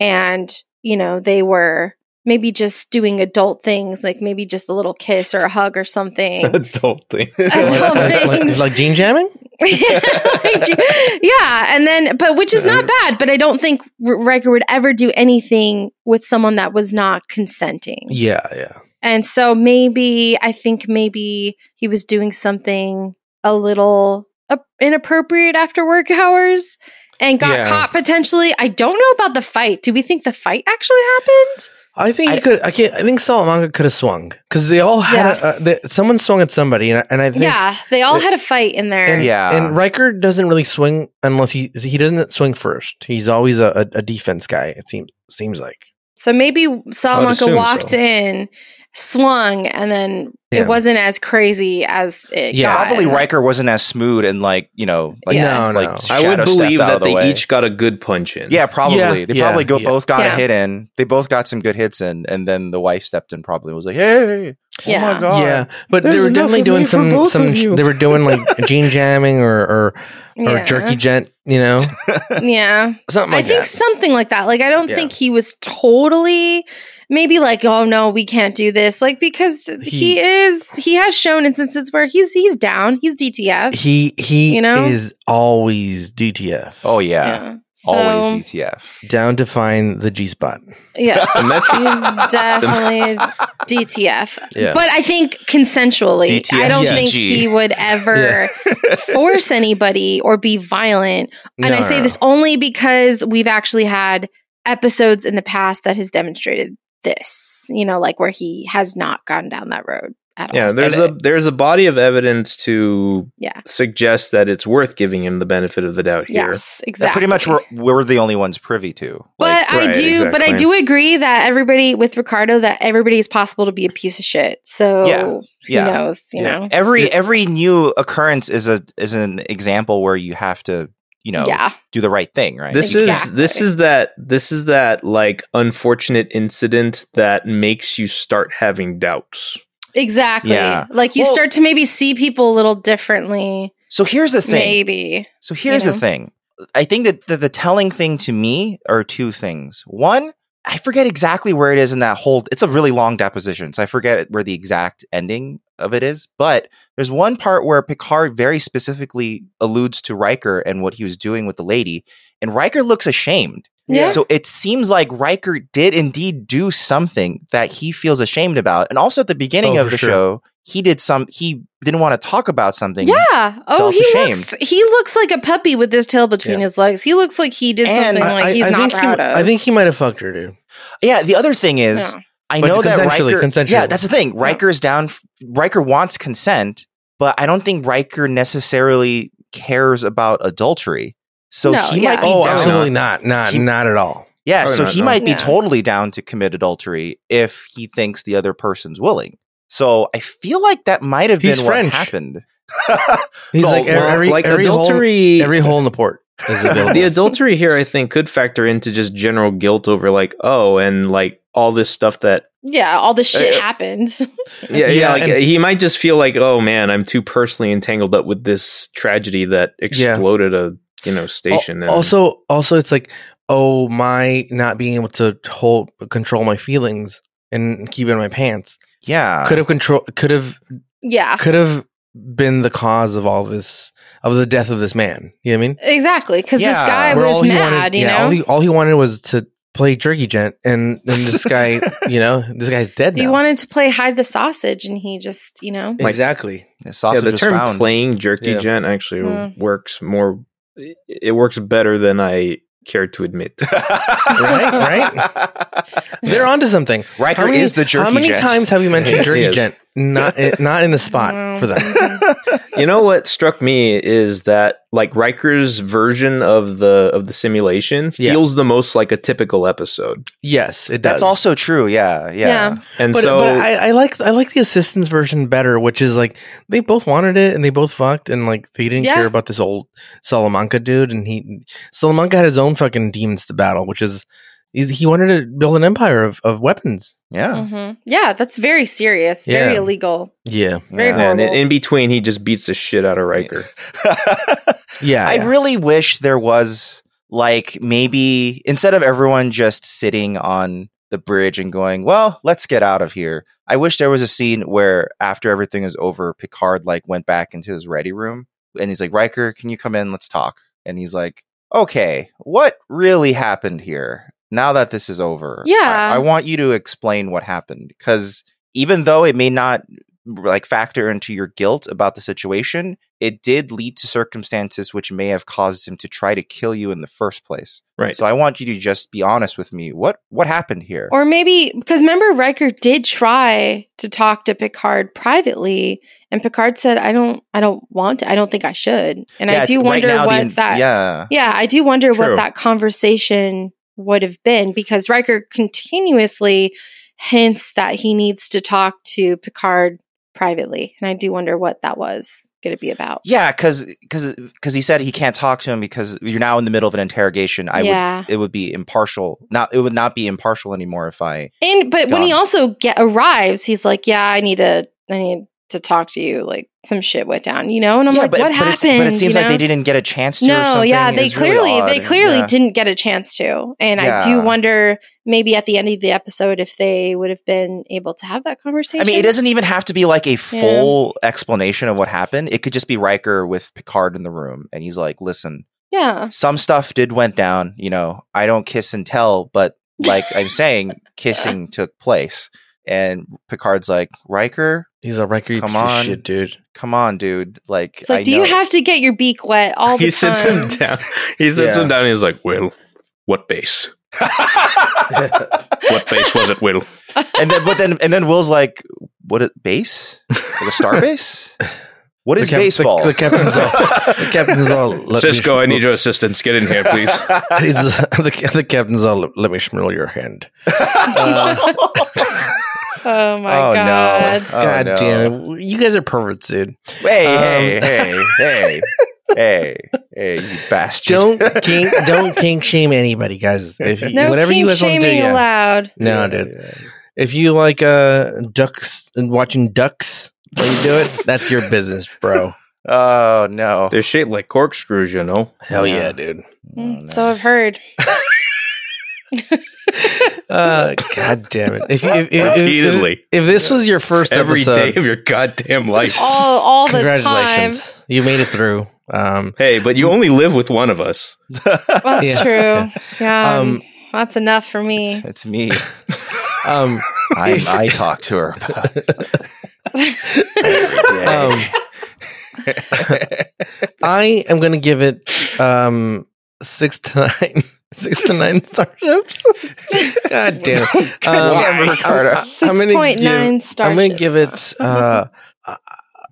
and, you know, they were maybe just doing adult things, like maybe just a little kiss or a hug or something.
*laughs* Adult thing.
*laughs*
*laughs* Adult
like, like-
things.
like Gene jamming?
*laughs* yeah, like, gee- yeah, and then, but which is not bad, but I don't think R- Riker would ever do anything with someone that was not consenting.
Yeah, yeah.
And so maybe, I think maybe he was doing something a little uh, inappropriate after work hours and got
Yeah.
caught potentially. I don't know about the fight. Do we think the fight actually happened?
I think
I-
he could. I can't. I think Salamanca could have swung because they all had.
Yeah.
A, a, they, someone swung at somebody, and I, and I think.
yeah, they all had a fight in there.
And,
Yeah.
and Riker doesn't really swing unless he he doesn't swing first. He's always a, a, a defense guy. It seems seems like
So maybe Salamanca
assume
walked
so.
in, swung, and then
Yeah.
it wasn't as crazy as it
Yeah.
got.
Probably Riker wasn't as smooth and like you know like
Yeah.
no,
like
no.
shadow
I would
stepped
believe
out
that
of the
they
way.
each got a good punch *laughs* in.
Yeah, probably.
Yeah,
they
yeah,
probably go,
yeah.
both got
Yeah.
a hit in. They both got some good hits in, and then the wife stepped in. Probably was like, "Hey, oh
Yeah.
my god,
yeah, but they
There's
were
enough
definitely
of
doing
me for
some
both
some.
of you.
They were
*laughs*
doing like gene jamming or or, or
yeah.
jerky gent. You know,
*laughs* Yeah.
something
I
like
think
that.
something like that. Like, I don't
Yeah.
think he was totally maybe like, oh no, we can't do this. Like, because th- he,
He-
is, he has shown instances where he's, he's down, he's DTF.
He he
You know?
is always DTF.
oh yeah,
So,
Always ETF.
Down to find the G spot.
yes,
The metro-
he's definitely DTF.
Yeah.
But I think consensually, I don't think
DTFG.
he would ever
*laughs*
force anybody or be violent. And
No,
I say
no,
this only because we've actually had episodes in the past that has demonstrated this, you know, like where he has not gone down that road at all.
*laughs* yeah, there's a
And-
there's a body of evidence to
Yeah.
suggest that it's worth giving him the benefit of the doubt here.
Yes,
That
exactly.
pretty much we're, we're the only ones privy to.
But I
right,
do, but I
exactly.
do agree that everybody with Ricardo, that everybody is possible to be a piece of shit. So
Yeah,
who
yeah.
knows, you
Yeah.
know?
every every new occurrence is a is an example where you have to you know
Yeah,
do the right thing right
This is this
Exactly.
is that this is that like unfortunate incident that makes you start having doubts.
exactly.
Yeah.
Like you
Well-
start to maybe see people a little differently.
so here's the thing
Maybe.
so here's
you know?
the thing i think that the, the telling thing to me are two things one i forget exactly where it is in that whole it's a really long deposition so i forget where the exact ending of it is but there's one part where picard very specifically alludes to riker and what he was doing with the lady and riker looks ashamed
Yeah.
So it seems like Riker did indeed do something that he feels ashamed about. And also at the beginning
Oh,
of
for
the
sure.
show, he did some he didn't want to talk about something.
yeah. Oh,
felt
he
ashamed.
looks he looks like a puppy with his tail between
Yeah.
his legs. He looks like he did
And
something
I-
like he's not
think
proud
he,
of.
I think he might have fucked her, dude.
Yeah, the other thing is
No.
I
But
know that
consensually,
Riker
consensually.
Yeah, that's the thing. Riker's down Riker wants consent, but I don't think Riker necessarily cares about adultery. So
No,
he
yeah.
might be
Oh,
down.
absolutely not. Not
He-
not at all.
Yeah,
Probably
so
not,
he
no.
might be
Yeah.
totally down to commit adultery if he thinks the other person's willing. So I feel like that might have
He's
been
French.
what happened.
He's
No,
Oh, like
well,
every
like
every
adultery
hole, every hole in the port is *laughs*
the
available.
adultery here I think could factor into just general guilt over like oh and like all this stuff that
yeah, all this shit
Uh,
happened. *laughs*
yeah, yeah,
Yeah,
like,
and-
he might just feel like oh man I'm too personally entangled up with this tragedy that
Yeah.
exploded a you know station
Al- also, also, it's like, oh, my not being able to hold control my feelings and keep it in my pants
Yeah.
could have control could have
yeah.
could have been the cause of all this of the death of this man. You know what I mean?
Exactly. Because this
Yeah.
guy
I
Where all
was
he
mad,
wanted-
you
yeah,
know?
all he, all he wanted was to play jerky gent, and then this *laughs* guy, you know, this guy's dead now.
He wanted to play hide the sausage and he just, you know.
like-
exactly.
The
yeah
sausage
the
was
term
found. *laughs*
playing jerky
Yeah.
gent actually
Yeah.
works more it- it works better than I care to
*laughs*
admit.
Right, *laughs* They're onto something.
Riker
How many-
is the jerky
How many
gent. *laughs*
times *laughs* have you mentioned
He
jerky
is.
gent? Not eh, not in the spot
Mm.
for them. *laughs*
you know what struck me is that like Riker's version of the of the simulation
Yeah.
feels the most like a typical episode,
Yes, it does.
That's also true. Yeah. Yeah.
Yeah.
and
But,
so
but I, I like I like the assistant's version better, which is like they both wanted it and they both fucked and like they didn't
Yeah.
care about this old Salamanca dude and he Salamanca had his own fucking demons to battle, which is he's- he wanted to build an empire of, of weapons.
Yeah.
Mhm. Yeah, that's very serious, very
Yeah.
illegal.
Yeah,
Very
Yeah.
yeah, and in,
horrible.
in between he just beats the shit out of Riker.
yeah.
*laughs* I really wish there was like maybe instead of everyone just sitting on the bridge and going, "Well, let's get out of here." I wish there was a scene where after everything is over, Picard like went back into his ready room and he's like, "Riker, can you come in? Let's talk." And he's like, "Okay, what really happened here? Now that this is over, I-
Yeah.
I want you to explain what happened because even though it may not like factor into your guilt about the situation, it did lead to circumstances which may have caused him to try to kill you in the first place.
Right.
So I want you to just be honest with me. What what happened here?
Or maybe because remember Riker did try to talk to Picard privately, and Picard said, "I don't, I don't want to. I don't think I should." And
Yeah,
I
it's-
do
right
wonder
now the
what
in-
that.
Yeah.
Yeah, I do wonder
True.
what that conversation would have been because Riker continuously hints that he needs to talk to Picard privately, and I do wonder what that was going to be about.
Yeah, because he said he can't talk to him because you're now in the middle of an interrogation. I would
yeah,
it would be impartial. Not it would not be impartial anymore if I
and but when he
Done.
also get arrives, he's like, "Yeah, I need to, I need to talk to you." Like some shit went down, you know. And I'm
Yeah,
like,
but,
"What
but
happened?"
it's- But it
you
seems like
know?
they didn't get a chance to. or
No,
something.
yeah, they
It's really
clearly
odd.
they clearly
Yeah.
didn't get a chance to. And I
Yeah.
do wonder maybe at the end of the episode if they would have been able to have that conversation.
I mean, it doesn't even have to be like a full explanation of what happened. It could just be Riker with Picard in the room, and he's like, "Listen,
Yeah.
some stuff did went down you know i don't kiss and tell but like
*laughs*
i'm saying kissing took place and picard's like riker
He's a Riker. You
Come
piece of
on.
shit, dude.
come on dude like
It's like,
I
do
know-
you have to get your beak wet
*laughs*
all the
he
time?
sits him down. He sits
Yeah.
him down. And he's like, "Will, what base?
*laughs*
*laughs*
What base was it, Will?"
and then but then and then will's like what a base like a star base what
The
is
cap- the-
baseball
the captain's all- The captain's Uh, all. Let me
Cisco,
sh-
I need your assistance. Get in *laughs* here, please.
*laughs* He's, the, the captain's all. Let me smell your hand.
*laughs* oh my
oh
god.
no! Oh,
God
no.
damn it! You guys are
*laughs*
perverts, dude.
Hey,
Um,
hey, hey, hey, hey, hey, you bastard! *laughs*
Don't kink, don't kink shame anybody, guys. If you,
*laughs* No
whatever
kink
you guys want to do,
shaming
yeah.
allowed.
No,
Yeah,
dude. If you like uh ducks and watching ducks while you do it, *laughs* that's your business, bro.
yeah. Oh no!
*laughs* They're shaped like corkscrews, you know.
Hell yeah,
Yeah.
dude.
Mm,
Oh, no.
So I've heard.
Uh, God damn it! If, you- if, if, if, if,
Repeatedly.
this was your first
Every day
episode,
of your goddamn life.
All all the time.
congratulations, you made it through. Um,
Hey, but you only live with one of us.
Well, that's
Yeah.
true. Yeah.
Um,
that's enough for me.
it's me.
*laughs* um,
I, I talk to her about
*laughs*
every day. *laughs*
um, I am going to give it um six to nine, *laughs* six to nine starships. God damn it! Um,
Damn, Ricardo.
I- I'm
Six
gonna
point
give-
nine stars.
I'm going to give it uh, a-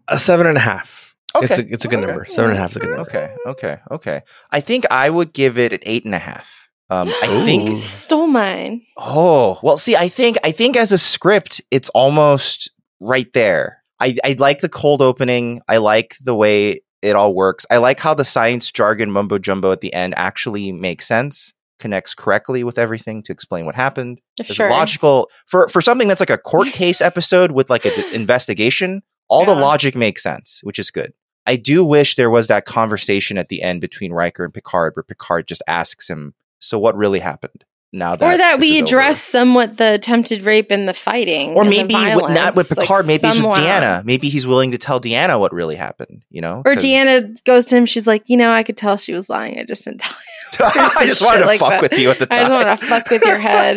a seven and a half.
Okay.
It's a it's a good
Okay.
number. Seven and a half is a good number.
okay, okay, okay. I think I would give it an eight and a half. Um, I
You
think.
stole mine.
Oh well, see, I think I think as a script, it's almost right there. I I like the cold opening. I like the way it all works. I like how the science jargon mumbo jumbo at the end actually makes sense, connects correctly with everything to explain what happened. It's
Sure.
logical for for something that's like
*laughs*
a court case episode with like an investigation. All the
Yeah.
logic makes sense, which is good. I do wish there was that conversation at the end between Riker and Picard, where Picard just asks him, "So what really happened?" Now that
or that
this
we
is over?"
address somewhat the attempted rape and the fighting,
or
and the
maybe with, not
violence,
with
like,
Picard, maybe it's with
somewhat.
Deanna. Maybe he's willing to tell Deanna what really happened. You know,
Or
'Cause-
Deanna goes to him. She's like, you know, I could tell she was lying. I just didn't tell.
*laughs*
You.
*laughs* I just wanted
shit
to
like
fuck
that.
with you at the
I
time.
just want to fuck with your head.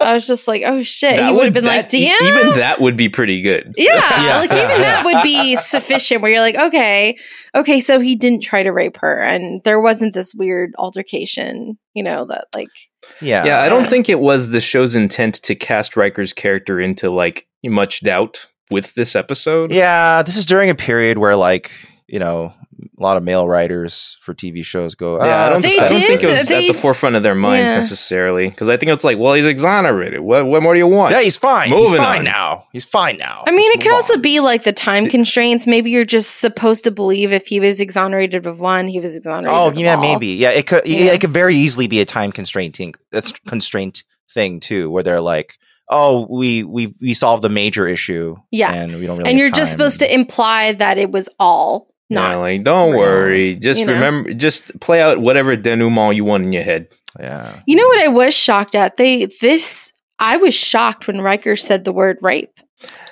I was just like, oh shit.
That
he would have been like,
that- e-
Deanna.
Even that would be pretty good.
yeah,
*laughs*
Yeah.
like even that would be sufficient. Where you're like, okay, okay, so he didn't try to rape her, and there wasn't this weird altercation. You know that like
*laughs* yeah,
Yeah, I
Uh,
don't think it was the show's intent to cast Riker's character into like much doubt with this episode.
yeah. This is during a period where, like, you know, a lot of male writers for TV shows go.
Yeah, I don't,
"Ah,
They
I don't think it
did-
was
they-
at the forefront of their minds
Yeah.
necessarily because I think it's like, well, he's exonerated. What, what more do you want?
Yeah, he's fine.
Moving
he's fine
on.
now. He's fine now.
I mean,
Let's
it could
move
also
on.
be like the time constraints. Maybe you're just supposed to believe if he was exonerated of one, he was exonerated.
Oh
of
yeah,
all.
maybe. Yeah, it could. Yeah.
Yeah.
it could very easily be a time constraint thing, a th- constraint thing too, where they're like, "Oh, we we we solved the major issue.
Yeah.
and we don't really.
and
have
you're just
time."
supposed to imply that it was all
Yeah,
not.
like, don't
Yeah.
worry. Just
You know?
remember, just play out whatever denouement you want in your head.
Yeah.
You know what I was shocked at? They this I was shocked when Riker said the word rape.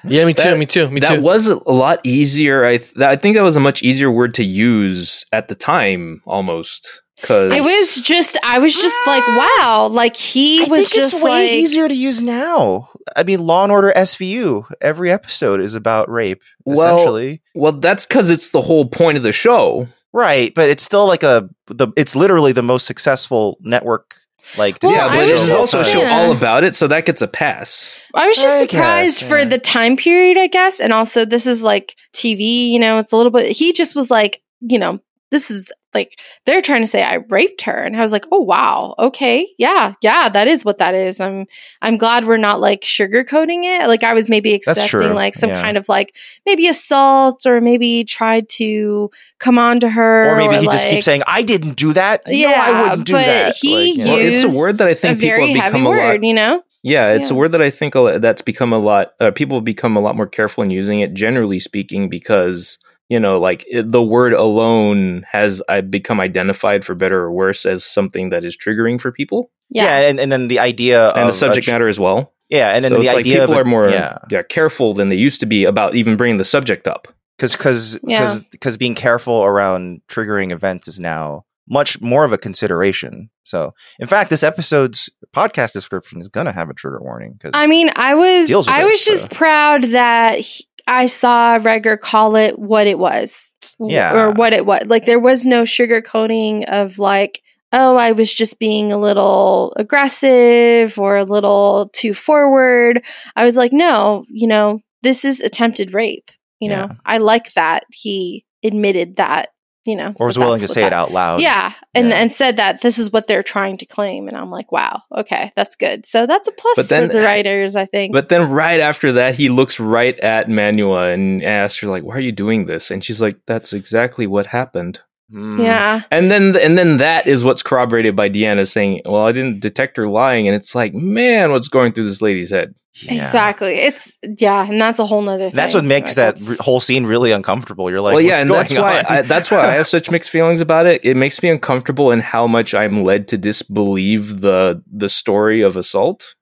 Yeah, me too.
That-
me too. Me
that
too.
was a a lot easier. I th- I think that was a much easier word to use at the time, almost because
I was just I was just like wow, like he
Ah. I
was
think
just
it's way
like
easier to use now. I mean, Law and Order SVU. Every episode is about rape,
Well-
essentially.
well. That's because it's the whole point of the show.
Right, but it's still like a the. It's literally the most successful network. Like
Well,
detective
I
but
was
there's
show of all
just-
also
time.
a show
yeah.
all about it, so that gets a pass.
I was just
I guess,
surprised for
yeah.
the time period, I guess. And also, this is like TV, you know, it's a little bit. He just was like, you know, this is like, they're trying to say I raped her. And I was like, oh, wow. Okay. Yeah. Yeah. That is what that is. I'm, I'm glad we're not like sugarcoating it. Like, I was maybe
true,
expecting like some
yeah.
kind of like maybe assault or maybe tried to come on to her.
Or maybe he just
like-
keeps saying, "I didn't do that." no, I wouldn't do
but
that.
He
Like,
used
yeah.
Well, it's a word that I think
a
people
very
have
heavy
become a lot-
word, you know?
Yeah, it's a
Yeah.
word that I think a lo- that's become a lot. Uh, people have become a lot more careful in using it, generally speaking, because you know, like it, the word alone has I become identified for better or worse as something that is triggering for people,
yeah, and, and then the idea
and
of
the subject
a-
matter as well.
Yeah, Um, and then
so
the
it's like
idea
people
of a-
are more
yeah,
yeah. careful than they used to be about even bringing the subject up.
because because
Yeah.
because being careful around triggering events is now much more of a consideration. So, in fact, this episode's podcast description is going to have a trigger warning because
I mean, I was
Deals with
I
it,
was
so.
just proud that he- I saw Regger call it what it was. W-
Yeah.
Or what it was. Like there was no sugarcoating of like, oh, I was just being a little aggressive or a little too forward. I was like, no, you know, this is attempted rape. You know,
Yeah.
I like that he admitted that, you know.
or was
that
willing to
that's what
say it
that-
out
Oh,
loud.
yeah, and
Yeah.
and said that this is what they're trying to claim, and I'm like, wow, okay, that's good. So that's a plus
But then-
for the writers, I think.
But then right after that, he looks right at Manua and asks her, like, why are you doing this? And she's like, that's exactly what happened.
Mm.
yeah,
And then and then that is what's corroborated by Deanna saying, well, I didn't detect her lying. And it's like, man, what's going through this lady's head?
Yeah.
exactly. It's yeah, and that's a whole nother. thing.
That's what makes
Like,
that
that's-
re- whole scene really uncomfortable. You're like,
well, yeah,
what's
and
going
that's why
on?
I, that's why I have such mixed feelings about it. It makes me uncomfortable in how much I'm led to disbelieve the the story of assault.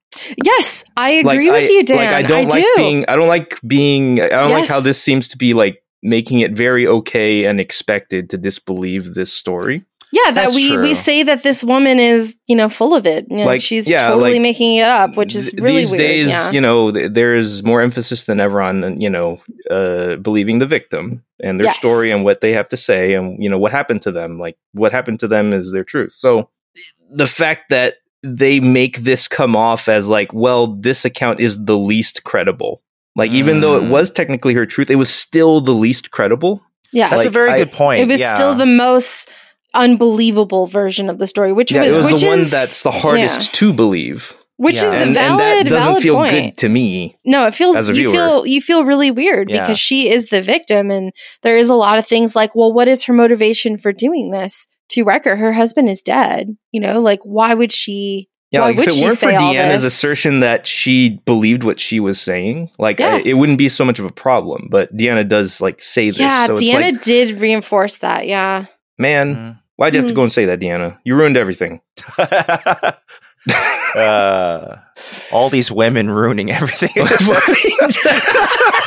yes, I agree with
I,
you, Dan.
Like I don't like being I don't like being I don't like
Yes.
how this seems to be like making it very okay and expected to disbelieve this story.
yeah, that
That's
we
true.
we say that this woman is you know full of it. You know,
Like,
she's
yeah,
totally
like,
making it up, which is
Th-
really
these
weird.
days,
yeah.
you know, th- there is more emphasis than ever on you know uh, believing the victim and their
Yes.
story and what they have to say and you know what happened to them. Like what happened to them is their truth. So the fact that they make this come off as like, well, this account is the least credible. Like even though it
Mm.
was technically her truth, it was still the least credible.
yeah,
*laughs* that's
Like,
a very
I-
good point.
it was
yeah.
still the most unbelievable version of the story, which
yeah,
was,
it was
which
the one
is-
that's the
yeah.
hardest to believe,
which
Yeah.
is a
and, and
valid
that doesn't
valid
feel
point.
good to me.
No, it feels
as a
you
viewer.
feel you feel really weird
Yeah.
because she is the victim, and there is a lot of things like, well, what is her motivation for doing this to Wrecker? Her husband is dead. You know, like why would she?
Yeah,
Why
like,
would
if it
she
weren't for
say all
Deanna's
this?
assertion that she believed what she was saying, like
Yeah.
I, it wouldn't be so much of a problem. But Deanna does like say this,
yeah,
so it's
Deanna
like,
did reinforce that. Yeah,
man,
Mm.
why'd you have to
Mhm.
go and say that, Deanna? You ruined everything.
*laughs* uh, all these women ruining everything. in
*laughs*
this episode.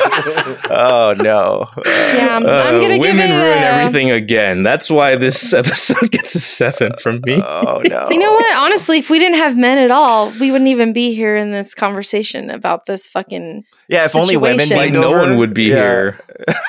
*laughs* oh no!
yeah. I'm, I'm
Uh,
gonna give
women
it.
ruin
a-
everything again. That's why this *laughs* episode gets a seven from me.
Oh no!
*laughs* You know what? Honestly, if we didn't have men at all, we wouldn't even be here in this conversation about this fucking.
Yeah, if only women.
Situation.
like
leaned
no
over.
one would be
Yeah. *laughs*
here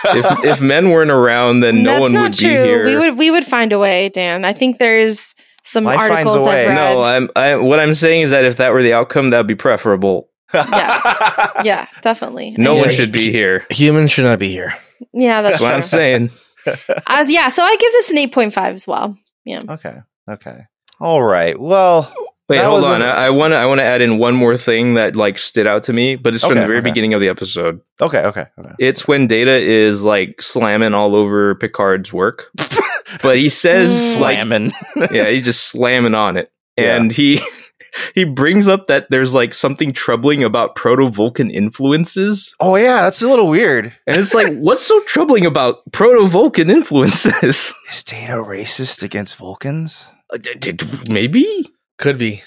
if if men weren't around. Then no
That's
one
not
would
true.
be here.
We would we would find a way, Dan. I think there's some
Life finds
articles
a
I've
way.
read.
no, I'm. I, what I'm saying is that if that were the outcome, that'd be preferable.
yeah, definitely.
No
I
one
agree.
should be here.
Humans should not be here.
Yeah, that's
That's what I'm
true.
saying.
I was, yeah, so I give this an 8.5 as well.
Okay. Okay. All right. Well,
Wait,
That
hold
was
on.
a-
I want to. I want to add in one more thing that like stood out to me, but it's from
Okay,
the very
okay.
beginning of the episode.
okay. Okay. Okay.
It's when Data is like slamming all over Picard's
*laughs*
work, but he says
Mm.
like,
Slamming.
yeah, he's just slamming on it,
Yeah.
and he *laughs* he brings up that there's like something troubling about Proto Vulcan influences,
Oh yeah, that's a little weird.
and it's like, what's so troubling about Proto Vulcan influences? *laughs*
Is Data racist against Vulcans?
Maybe
Could be.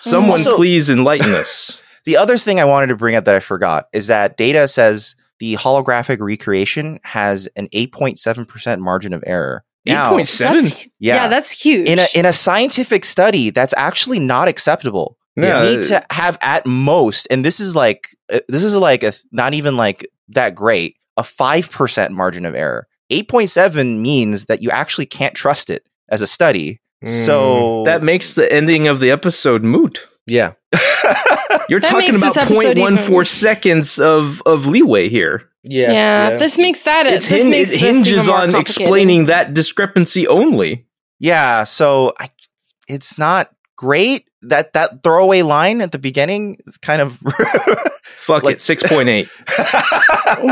someone
Also-
please enlighten us.
The other thing I wanted to bring up that I forgot is that data says the holographic recreation has an 8.7% margin of error.
Eight
Now-
point seven.
That's, yeah. that's huge.
in a in a scientific study, that's actually not acceptable.
Yeah. uh,
You need to have at most, and this is like uh, this is like a th- not even like that great, a 5% margin of error. 8.7 means that you actually can't trust it as a study. So
Mm, That makes the ending of the episode moot.
Yeah.
You're
That
talking
makes
about
this episode
0.14
even-
seconds of, of leeway here.
yeah, this makes that
It's
this
hin-
makes
it
this even
hinges
more
on
complicated.
explaining that discrepancy only.
yeah so I, it's not great that that throwaway line at the beginning kind of *laughs*
Fuck
Like-
it, 6.8.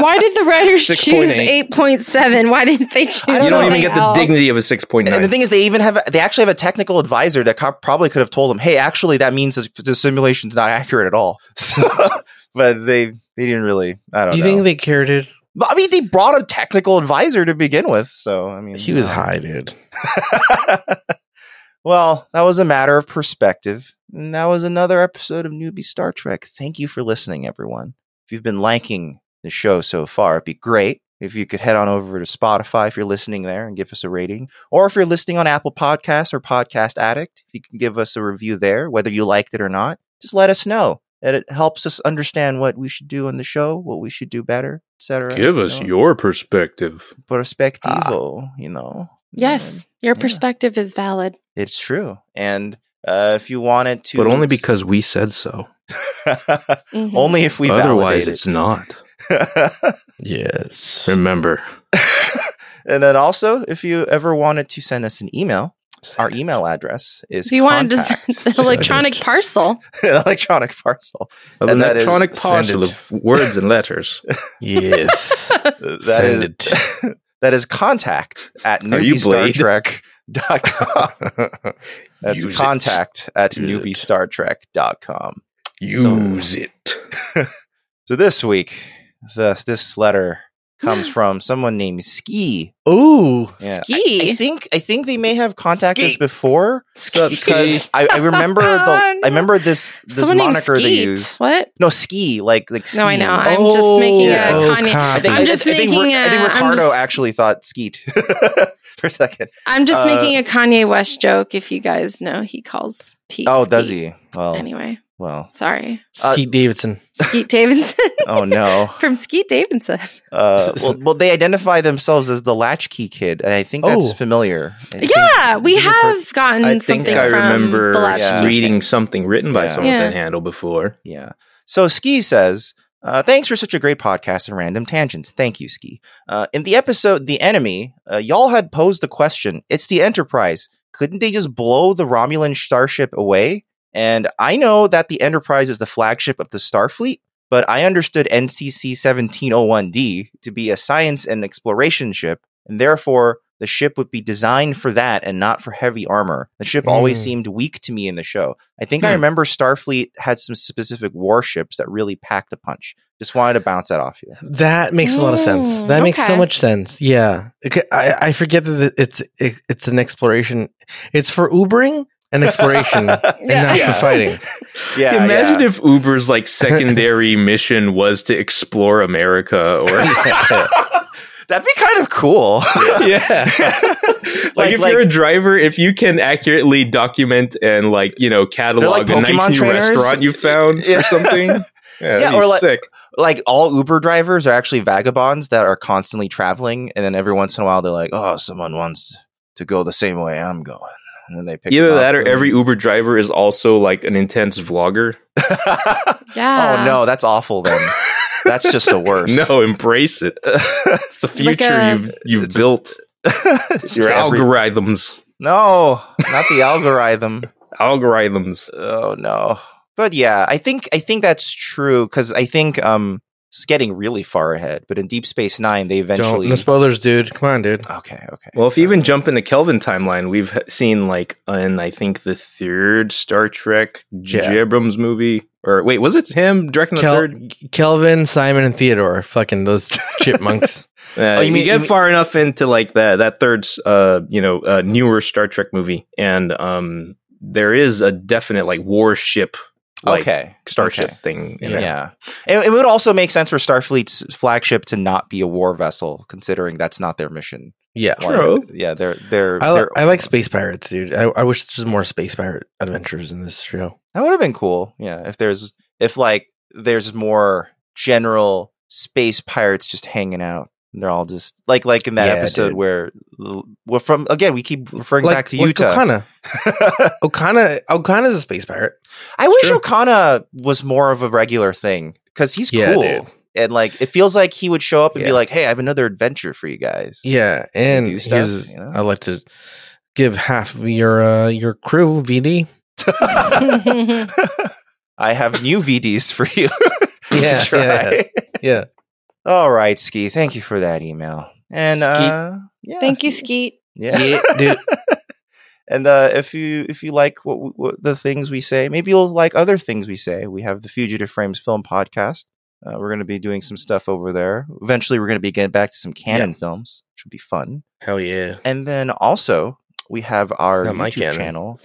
Why did the *laughs* writers
6.8.
choose 8.7? Why didn't they choose
*laughs*
Oh.
I
you don't even
something
get the
else?
dignity of a 6.9.
and the thing is they even have they actually have a technical advisor that co- probably could have told them hey actually that means the, the simulation's not accurate at all *laughs* so, but they they didn't really i don't
You
know
think they cared it?
but, i mean they brought a technical advisor to begin with so i mean
He was
no.
high, dude.
*laughs* well, that was a matter of perspective. And that was another episode of Newbie Star Trek. Thank you for listening, everyone. If you've been liking the show so far, it'd be great If you could head on over to Spotify if you're listening there and give us a rating, or if you're listening on Apple Podcasts or Podcast Addict, if you can give us a review there, whether you liked it or not, just let us know. And it helps us understand what we should do on the show, what we should do better, etc.
Give us your Ah. perspective.
perspectivo, you know.
Yes, your
yeah.
perspective is valid.
And it's true. And uh, if you wanted to,
But only because we said so.
Mhm.
*laughs* only if we
Otherwise,
validate
it's not.
it.
Yes.
Remember.
*laughs* and then also, if you ever wanted to send us an email, our email address is
if you wanted to
contact-
send an
*laughs*
electronic
Shut
parcel,
an electronic
*laughs*
parcel.
Of
And that is-
electronic
Send
parcel
it.
of words and
*laughs*
letters.
Yes.
That
Send
is- *laughs* that is contact at
Are you Blade?
newbiestartrek.com.
*laughs*
That's
Use it.
contact at
Use it.
newbiestartrek.com.
Use it.
So this week, the, this letter
*gasps*
comes from someone named Ski.
Ooh.
Yeah. I
ski.
think I think they may have contacted us
Ski. *laughs*
before because I,
*laughs*
I remember the I remember this this
Oh, Someone named
moniker they
Skeet.
use.
What?
No, ski like like ski.
No, I know. I'm just making a
Oh,
Kanye.
I think,
I'm
I-
just
I think
making
Ri- I think
a- I'm
Ricardo
just-
actually thought skeet *laughs* for a second.
I'm just
Uh,
making a Kanye West joke. If you guys know, he calls Pete.
Oh, does
Skeet.
he? Well,
Anyway,
well.
sorry,
Uh,
Skeet Davidson.
Skeet Davidson *laughs*
Oh no.
from Skeet Davidson.
Uh, well, well, they identify themselves as the Latchkey Kid, and I think that's
Oh.
familiar. I think-
*laughs* Yeah, we
I think I've heard-
have gotten
I
something
think I
from
remember
the Latchkey
Yeah.
Kid. *laughs*
reading something written by
Yeah.
someone
Yeah.
with that handle before.
Yeah. So Ski says, uh, thanks for such a great podcast and random tangents. Thank you, Ski. Uh, in the episode The Enemy, uh, y'all had posed the question it's the Enterprise. Couldn't they just blow the Romulan starship away? And I know that the Enterprise is the flagship of the Starfleet, but I understood NCC 1701D to be a science and exploration ship, and therefore the ship would be designed for that and not for heavy armor. The ship always
Mm.
seemed weak to me in the show. I think I
Hmm.
remember Starfleet had some specific warships that really packed a punch. Just wanted to bounce that off you.
That makes a lot of sense.
Mm,
That makes so
okay.
much sense. Yeah. Okay, I, I forget that it's it, it's an exploration. It's for Ubering
*laughs*
and exploration. and not
Yeah.
for
*laughs*
fighting.
yeah,
Imagine
yeah.
if Uber's like
*laughs*
secondary mission was to explore America or
*laughs* That'd be kind of cool. *laughs*
*laughs* yeah. like,
Like-
if
like-
you're a driver, if you can accurately document and like you know catalog
They're
a
like
nice
Pokemon
new
trainers.
restaurant you found
Yeah.
or
*laughs*
something, yeah, that'd
or
be
like-
sick.
like all Uber drivers are actually vagabonds that are constantly traveling, and then every once in a while they're like, "Oh, someone wants to go the same way I'm going," and then they pick
Either
them up
that or
and then-
every Uber driver is also like an intense vlogger.
Yeah.
*laughs* oh no, that's awful. Then that's just
*laughs*
the worst. *laughs*
No, embrace it. It's the future
Like a-
you've you've
It's just-
built.
It's just
Your
every-
algorithms,
no, not the algorithm.
algorithms.
Oh no. But yeah, I think I think that's true because I think um it's getting really far ahead. But in Deep Space Nine, they
Don't
eventually
no spoilers, dude. Come on, dude.
okay, okay.
Well, if you even jump into Kelvin timeline, we've h- seen like in I think the third Star Trek J.
Yeah.
J. Abrams movie, or wait, was it him directing the
Kel-
third?
Kelvin, Simon, and Theodore. Fucking those *laughs*
Uh,
chipmunks.
Oh, you
you,
mean-
get
you mean-
far enough into like that that third, uh, you know, uh, newer Star Trek movie, and um, there is a definite like warship, like
okay,
starship
okay.
thing. In
Yeah,
it.
And it would also make sense for Starfleet's flagship to not be a war vessel, considering that's not their mission.
Yeah.
Like,
True.
yeah, they're they're.
I, li-
they're-
I like space pirates, dude. I, I wish there was more space pirate adventures in this show.
That would have been cool. Yeah, if there's if like there's more general space pirates just hanging out. And they're all just like like in that
Yeah,
episode
dude.
where well from again we keep referring
Like,
back to
like
Utah.
*laughs* Okana. Okana. Okana's a space pirate.
I wish
true.
Okana was more of a regular thing because he's
Yeah,
cool
dude.
and like it feels like he would show up and be
Yeah.
like, "Hey, I have another adventure for you guys."
Yeah, and
do stuff,
here's-
you know?
I like to give half of your uh, your crew VD.
*laughs* I have new VDs for you. *laughs* to
Yeah,
try.
yeah, yeah.
*laughs* All right, Ski. Thank you for that email. And
Ski.
uh, yeah,
Thank you, Skeet.
Yeah.
dude.
*laughs* And uh, if you if you like what, we- what the things we say, maybe you'll like other things we say. We have the Fugitive Frames Film Podcast. Uh, we're going to be doing some stuff over there. Eventually, we're going to be getting back to some canon films, which would be fun.
Hell yeah.
And then also we have our
Not my
YouTube
canon.
channel.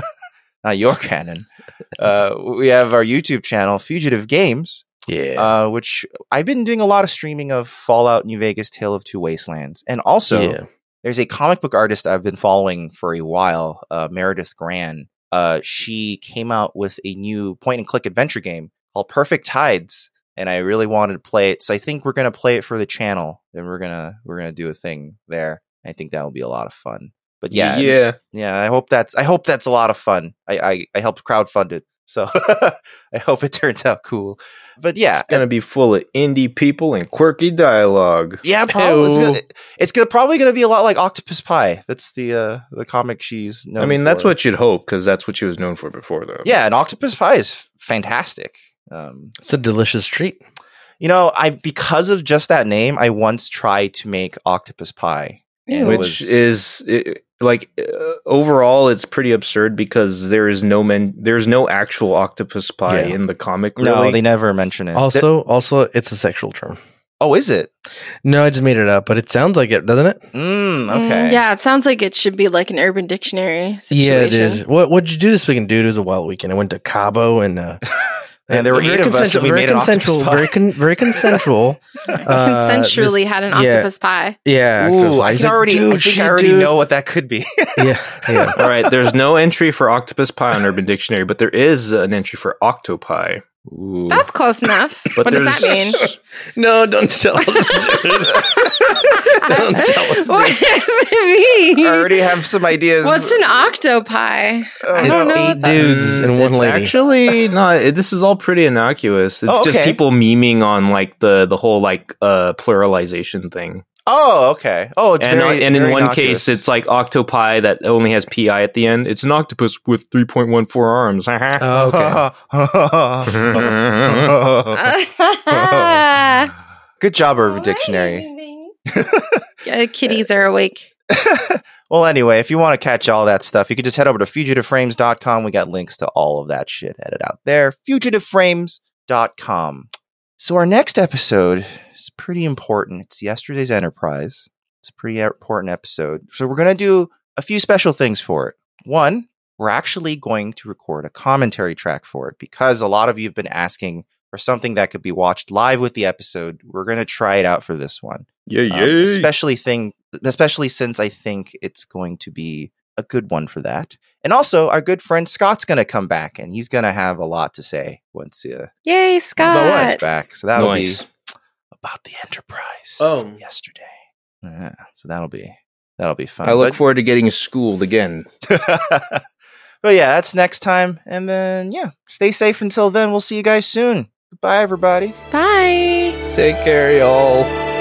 *laughs* Not your canon. Uh, we have our YouTube channel, Fugitive Games,
Yeah.
uh, which I've been doing a lot of streaming of Fallout New Vegas Tale of Two Wastelands. And also,
yeah.
there's a comic book artist I've been following for a while, uh, Meredith Gran. Uh, she came out with a new point and click adventure game called Perfect Tides, and I really wanted to play it. So I think we're gonna play it for the channel, and we're gonna we're gonna do a thing there. I think that will be a lot of fun. But yeah, yeah,
yeah.
I hope that's I hope that's a lot of fun. I I, I helped crowdfund it, so *laughs* I hope it turns out cool. But yeah,
It's gonna be full of indie people and quirky dialogue.
yeah, probably. It's,
Ew.
gonna, it's gonna probably gonna be a lot like Octopus Pie. That's the uh, the comic she's. Known
I mean, that's
for.
what you'd hope because that's what she was known for before, though.
Yeah, and Octopus Pie is f- fantastic. Um,
It's a delicious treat.
you know, I because of just that name, I once tried to make Octopus Pie. And
which
it was,
is it, like uh, overall, it's pretty absurd because there is no men, there's no actual octopus pie
Yeah.
in the comic. Really.
no,
*laughs*
they never mention it. Th-
Also, also, it's a sexual term.
oh, is it?
No, I just made it up, but it sounds like it, doesn't it?
Mm,
Mm,
okay.
yeah, it sounds like it should be like an urban dictionary situation.
Yeah, it is. What What'd you do this weekend, dude? It was a wild weekend. I went to Cabo and. Uh,
And there were
very
eight of us, and
consensual-
we
very
made an octopus
consensual,
pie. *laughs*
very, con- very consensual.
*laughs*
uh,
Consensually
this-
had an
yeah.
octopus pie.
yeah.
Ooh, I
He's
can
like,
already. I
"Dude,
think
shit,
I already
dude."
know what that could
*laughs*
be.
Yeah, yeah.
All right, there's no entry for octopus pie on Urban Dictionary, but there is an entry for octopi. Ooh.
That's close enough.
But
what does
there's-
that mean?
*laughs*
*laughs*
*laughs*
No, don't tell us, *laughs* dude. don't tell us.
what
Dude.
does it
I
mean?
already have some ideas.
What's an octopi?
Oh,
I don't
no.
know what
eight
that-
dudes and one
it's
lady.
Actually, no. it- This is all pretty innocuous. It's
Oh,
just
okay.
people memeing on like the the whole like uh pluralization thing.
Oh, okay. Oh, it's
and uh,
very.
and in
very
one
innocuous.
case, it's like octopi that only has pi at the end. It's an octopus with 3.14 arms.
Oh, okay.
*laughs*
*laughs*
*laughs*
Good job, Urban Dictionary.
Uh, kitties are awake.
*laughs* well, anyway, if you want to catch all that stuff, you can just head over to fugitiveframes.com. We got links to all of that shit headed out there. Fugitiveframes.com. So, our next episode is pretty important. It's yesterday's Enterprise. It's a pretty important episode. So, we're going to do a few special things for it. One, we're actually going to record a commentary track for it because a lot of you have been asking for something that could be watched live with the episode. We're going to try it out for this one.
yeah,
Um, especially thing especially since i think it's going to be a good one for that and also our good friend scott's going to come back and he's going to have a lot to say once uh,
Yay,
once
Scott.
he's back so that'll
Nice.
be about the enterprise
Oh.
from yesterday yeah, so that'll be that'll be fun
I look
But-
forward to getting schooled again.
*laughs* but yeah that's next time and then yeah stay safe until then we'll see you guys soon goodbye everybody
Bye.
Take care, y'all.